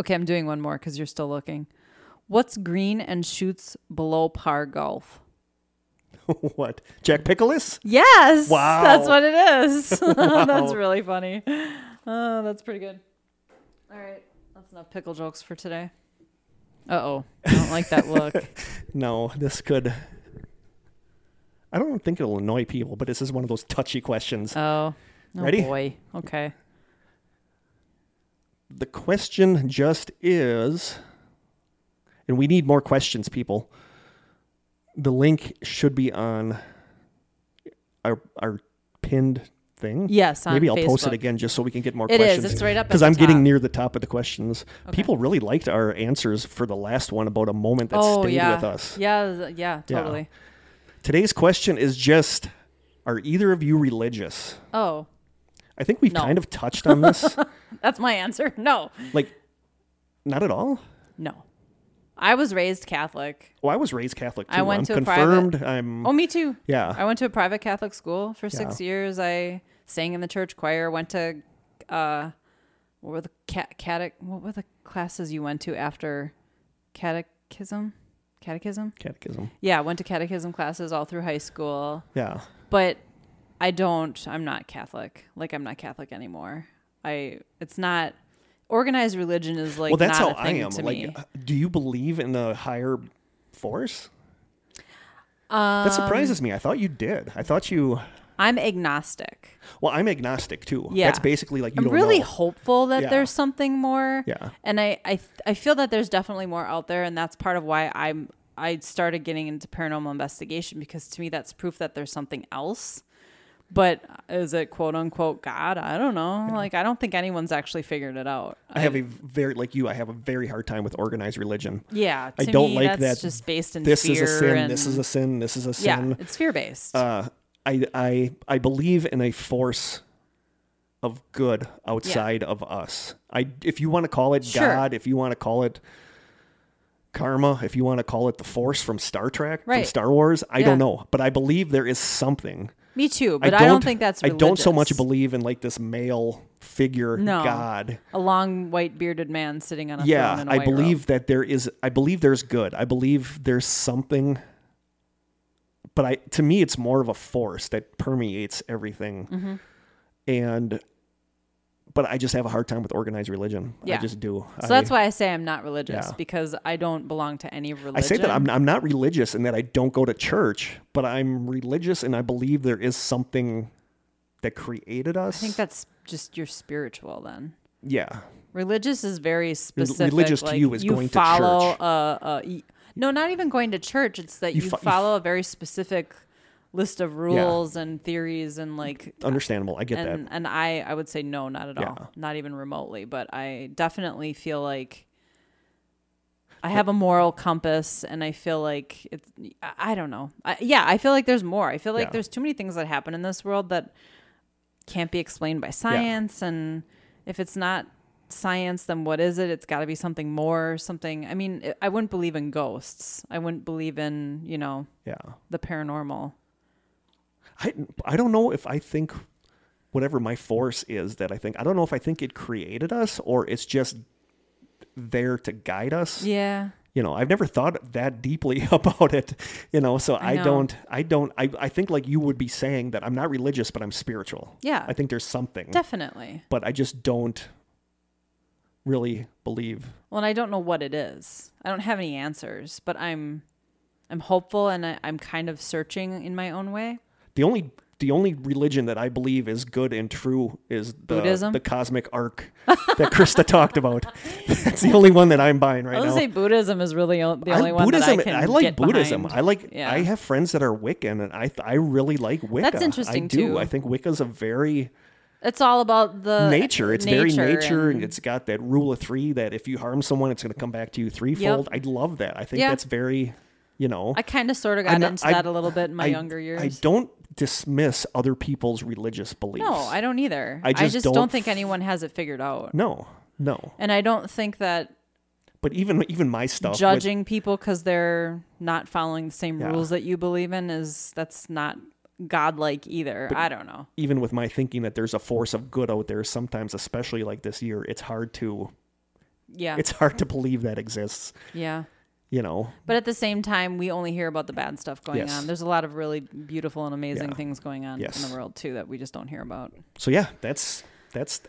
Okay, I'm doing one more because you're still looking. What's green and shoots below par golf?
what? Jack Pickles?
Yes,
Wow.
that's what it is. that's really funny. Oh, that's pretty good. All right, that's enough pickle jokes for today. Uh oh, I don't like that look.
No, this could. I don't think it'll annoy people, but this is one of those touchy questions.
Oh, oh
Ready?
boy. Okay.
the question just is, and we need more questions, people. The link should be on our our pinned thing.
Yes, on
Maybe I'll post it
Facebook.
again just so we can get more
It is.
questions.
It's right up at
because
the
I'm
top.
getting near the top of the questions. People really liked our answers for the last one about a moment that
oh
stayed
yeah.
with us.
Yeah, th- yeah, totally.
Today's question is just: Are either of you religious?
Oh,
I think we've
No.
kind of touched on this.
that's my answer. No.
like, not at all.
No. I was raised Catholic.
Well, I was raised Catholic too.
I went
am
to a private-
confirmed. I'm
Oh, me too.
yeah.
I went to a private Catholic school for six years. I sang in the church choir, went to, uh, what were the ca- catech, what were the classes you went to after catechism? Catechism?
Catechism.
Yeah, I went to catechism classes all through high school.
Yeah.
but I don't. I'm not Catholic. Like I'm not Catholic anymore. I. It's not organized religion is like
Well, that's
not
how
a
I
thing
am.
to
Like,
me.
uh, do you believe in a higher force? that surprises
Um,
me. I thought you did. I thought you.
I'm agnostic.
Well, I'm agnostic too.
Yeah.
That's basically like you
I'm
don't
really
know.
hopeful that
Yeah.
there's something more.
Yeah.
And I, I I feel that there's definitely more out there, and that's part of why I'm I started getting into paranormal investigation because to me that's proof that there's something else. But is it quote unquote God? I don't know. Like I don't think anyone's actually figured it out.
I have a very like you. I have a very hard time with organized religion.
Yeah, to
I don't
me,
like
that's
that
just based in
This
fear.
is a sin.
and,
This is a sin. This is a
yeah,
sin.
it's fear based.
Uh, I I I believe in a force of good outside of us. I if you want to call it
Sure.
God, if you want to call it karma, if you want to call it the force from Star Trek, from
Right.
Star Wars, I
Yeah.
don't know, but I believe there is something.
me too, but I don't, think that's. Religious.
I don't so much believe in like this male figure
No.
God.
a long white bearded man sitting on a throne
Yeah,
in a
I
white robe.
believe that there is. I believe there's good. I believe there's something. But I, to me, it's more of a force that permeates everything,
Mm-hmm.
and. But I just have a hard time with organized religion. I
Yeah.
just do.
So
I,
that's why I say I'm not religious
Yeah.
because I don't belong to any religion.
I say that I'm I'm not religious and that I don't go to church, but I'm religious and I believe there is something that created us.
I think that's just you're spiritual then.
yeah,
Religious is very specific.
religious to
like,
you is going to
follow
church.
A, a- y- no, not even going to church. It's that
You
you,
fo- you f-
follow a very specific list of rules and theories and like
understandable. I get that.
and and I I would say no, not at
Yeah.
all, not even remotely. But I definitely feel like I have a moral compass, and I feel like it's I- I don't know. I, yeah, I feel like there's more. I feel like
Yeah.
there's too many things that happen in this world that can't be explained by science, and if it's not science then what is it it's got to be something more something i mean I- i wouldn't believe in ghosts i wouldn't believe in you know
Yeah.
the paranormal
I I don't know if I think whatever my force is that I think I don't know if I think it created us or it's just there to guide us.
yeah
You know, I've never thought that deeply about it, you know, so I,
know.
don't I don't I, I think like you would be saying that I'm not religious but I'm spiritual.
Yeah.
I think there's something.
definitely
but I just don't really believe.
Well, and I don't know what it is. I don't have any answers, but I'm I'm hopeful and I, I'm kind of searching in my own way.
The only the only religion that I believe is good and true is the,
Buddhism?
the cosmic arc that Krista talked about. That's the only one that I'm buying right
I was
now.
gonna say Buddhism is really o- the only one
Buddhism.
that I can
like
get
Buddhism.
behind.
I like.
Yeah.
I have friends that are Wiccan, and I I really like Wicca. I
interesting,
do.
too.
I think Wicca's a very
It's all about the
nature. It's very nature,
and-
and it's got that rule of three that if you harm someone, it's going to come back to you threefold. I love that. I think
Yeah.
that's very, you know,
I kind of sort of got
I'm not-
into
I-
that a little bit in my
I-
younger years.
I don't dismiss other people's religious beliefs.
no, I don't either.
I just
don't,
don't
think anyone has it figured out,
no, no.
and I don't think that
But even even my stuff with-
judging people people because they're not following the same
Yeah.
rules that you believe in is that's not godlike either. I don't know.
even with my thinking that there's a force of good out there, sometimes, especially like this year, it's hard to
Yeah,
it's hard to believe that exists.
yeah.
You know,
But at the same time, we only hear about the bad stuff going
Yes.
on. There's a lot of really beautiful and amazing
Yeah.
things going on in
Yes.
the world too that we just don't hear about.
so yeah, that's that's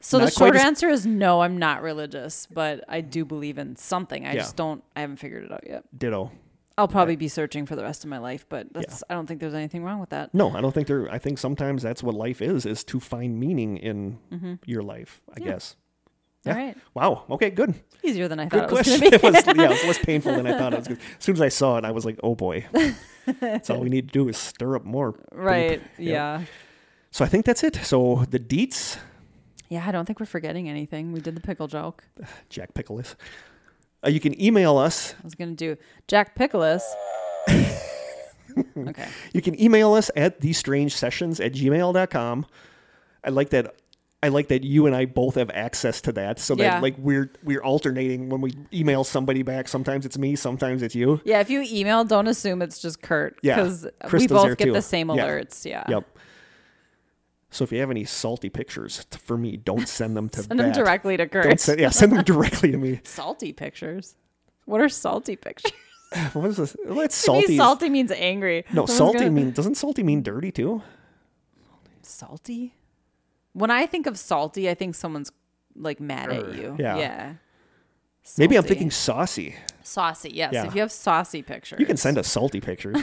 So the
Not quite
short
as-
answer is no, I'm not religious, but I do believe in something. I
Yeah.
just don't I haven't figured it out yet.
ditto.
I'll probably be searching for the rest of my life, but that's I don't think there's anything wrong with that.
No, I don't think there. I think sometimes that's what life is: is to find meaning in
Mm-hmm.
your life. I guess.
All right.
Wow. Okay. Good.
Easier than I
Good
thought it was
question.
going to be.
it was yeah, it was less painful than I thought it was. Good. As soon as I saw it, I was like, oh boy. that's all we need to do is stir up more. poop.
Right.
Yeah.
Yeah.
So I think that's it. So the deets,
Yeah, I don't think we're forgetting anything. We did the pickle joke.
Jack Pickles. Uh, you can email us
I was going to do Jack Pickles. okay.
You can email us at thestrangesessions at gmail.com. I like that I like that you and I both have access to that so that
Yeah.
like we're we're alternating when we email somebody back. Sometimes it's me, sometimes it's you.
Yeah, if you email, don't assume it's just Kurt.
Yeah.
Because
Krista's
we
there
both get
too.
the same
Yeah.
alerts. Yeah.
Yep. So if you have any salty pictures t- for me, don't send them to
Send
that.
them directly to
Don't
Kurt.
send, yeah, send them directly to me.
salty pictures. What are salty pictures?
What is this? Well, it's
To me,
salty. is-
salty means angry.
no,
Someone's
salty
gonna-
mean doesn't salty mean dirty too?
salty. When I think of salty, I think someone's like mad
Err,
at you.
yeah.
Salty.
Maybe I'm thinking saucy.
saucy. Yes,
Yeah.
if you have saucy pictures,
You can send us salty pictures.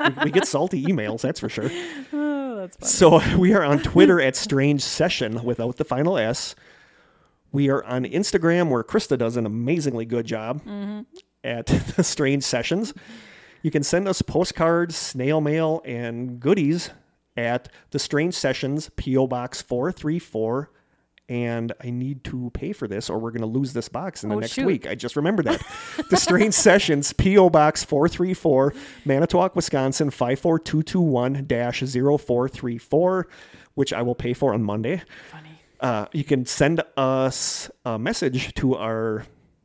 we, we get salty emails, that's for sure.
Oh, that's funny.
So we are on Twitter at Strange Session without the final
Mm-hmm.
S. We are on Instagram where Krista does an amazingly good job. at the Strange Sessions. You can send us postcards, snail mail, and goodies at the Strange Sessions, P.O. Box 434. And I need to pay for this or we're going to lose this box in the
Oh,
next
shoot.
week. I just remembered that. the Strange Sessions, P.O. Box 434, Manitowoc, Wisconsin 54221 0434, which I will pay for on Monday
Funny.
uh, you can send us a message to our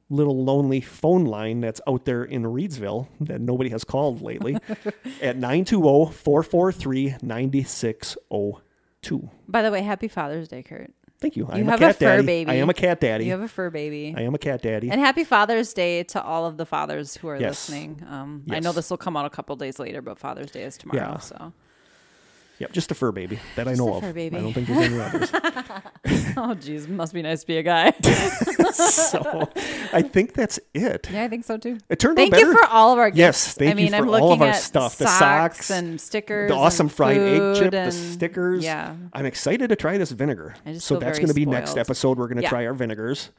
little lonely phone line that's out there in Reedsville that nobody has called lately at 920-443-9602.
By the way, happy Father's Day, Kurt.
Thank you. I
You
am
have
a
a
cat
fur
daddy.
baby.
I am a cat daddy.
You have a fur baby.
I am a cat daddy.
And happy Father's Day to all of the fathers who are
Yes.
listening. Um, I
Yes.
know this will come out a couple days later, but Father's Day is tomorrow.
Yeah.
So,
yep, just a fur baby that I
Just
know
a
of.
fur baby.
I don't think there's any others.
oh geez, must be nice to be a guy.
so I think that's it.
yeah, I think so too.
It turned
Thank
out better.
you for all of our gifts.
Yes, thank
I
you
mean,
for
I'm
all of
looking
our
at
stuff, the
socks,
socks,
and stickers,
the awesome
and
fried egg
food
chip, the
and-
stickers.
Yeah,
I'm excited to try this vinegar.
I just
so
feel
that's
very
going to be next
spoiled.
episode. We're going to
Yeah.
try our vinegars.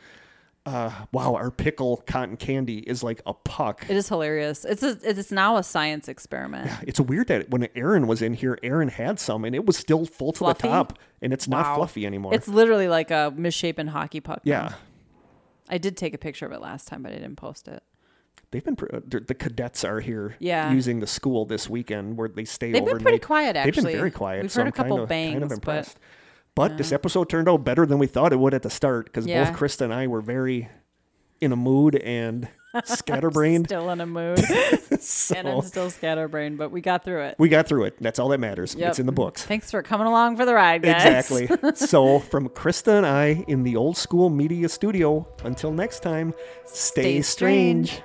Uh, wow, our pickle cotton candy is like a puck.
it is hilarious. It's a, it's now a science experiment.
It's weird that when Aaron was in here, Aaron had some and it was still full to
Fluffy?
the top, and it's not
Wow.
fluffy anymore.
It's literally like a misshapen hockey puck. now.
yeah,
I did take a picture of it last time, but I didn't post it.
they've been pr- they're- the cadets are here.
Yeah.
using the school this weekend where they stay.
They've been
overnight.
pretty quiet,
They've
actually.
been very quiet.
We've
so
heard
I'm
a couple
kind of,
bangs,
kind of
but- uh,
impressed. But this episode turned out better than we thought it would at the start because
Yeah.
both Krista and I were very in a mood and scatterbrained.
Still in a mood,
so
and I'm still scatterbrained, but we got through it.
we got through it. That's all that matters.
Yep.
It's in the books.
Thanks for coming along for the ride, guys.
Exactly. so, from Krista and I in the old school media studio, until next time, stay,
Stay strange.
strange.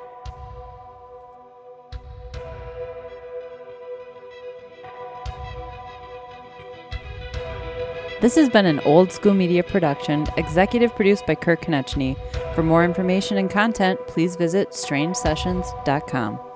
This has been an old school media production, executive produced by Kirk Konechny. For more information and content, please visit strangesessions.com.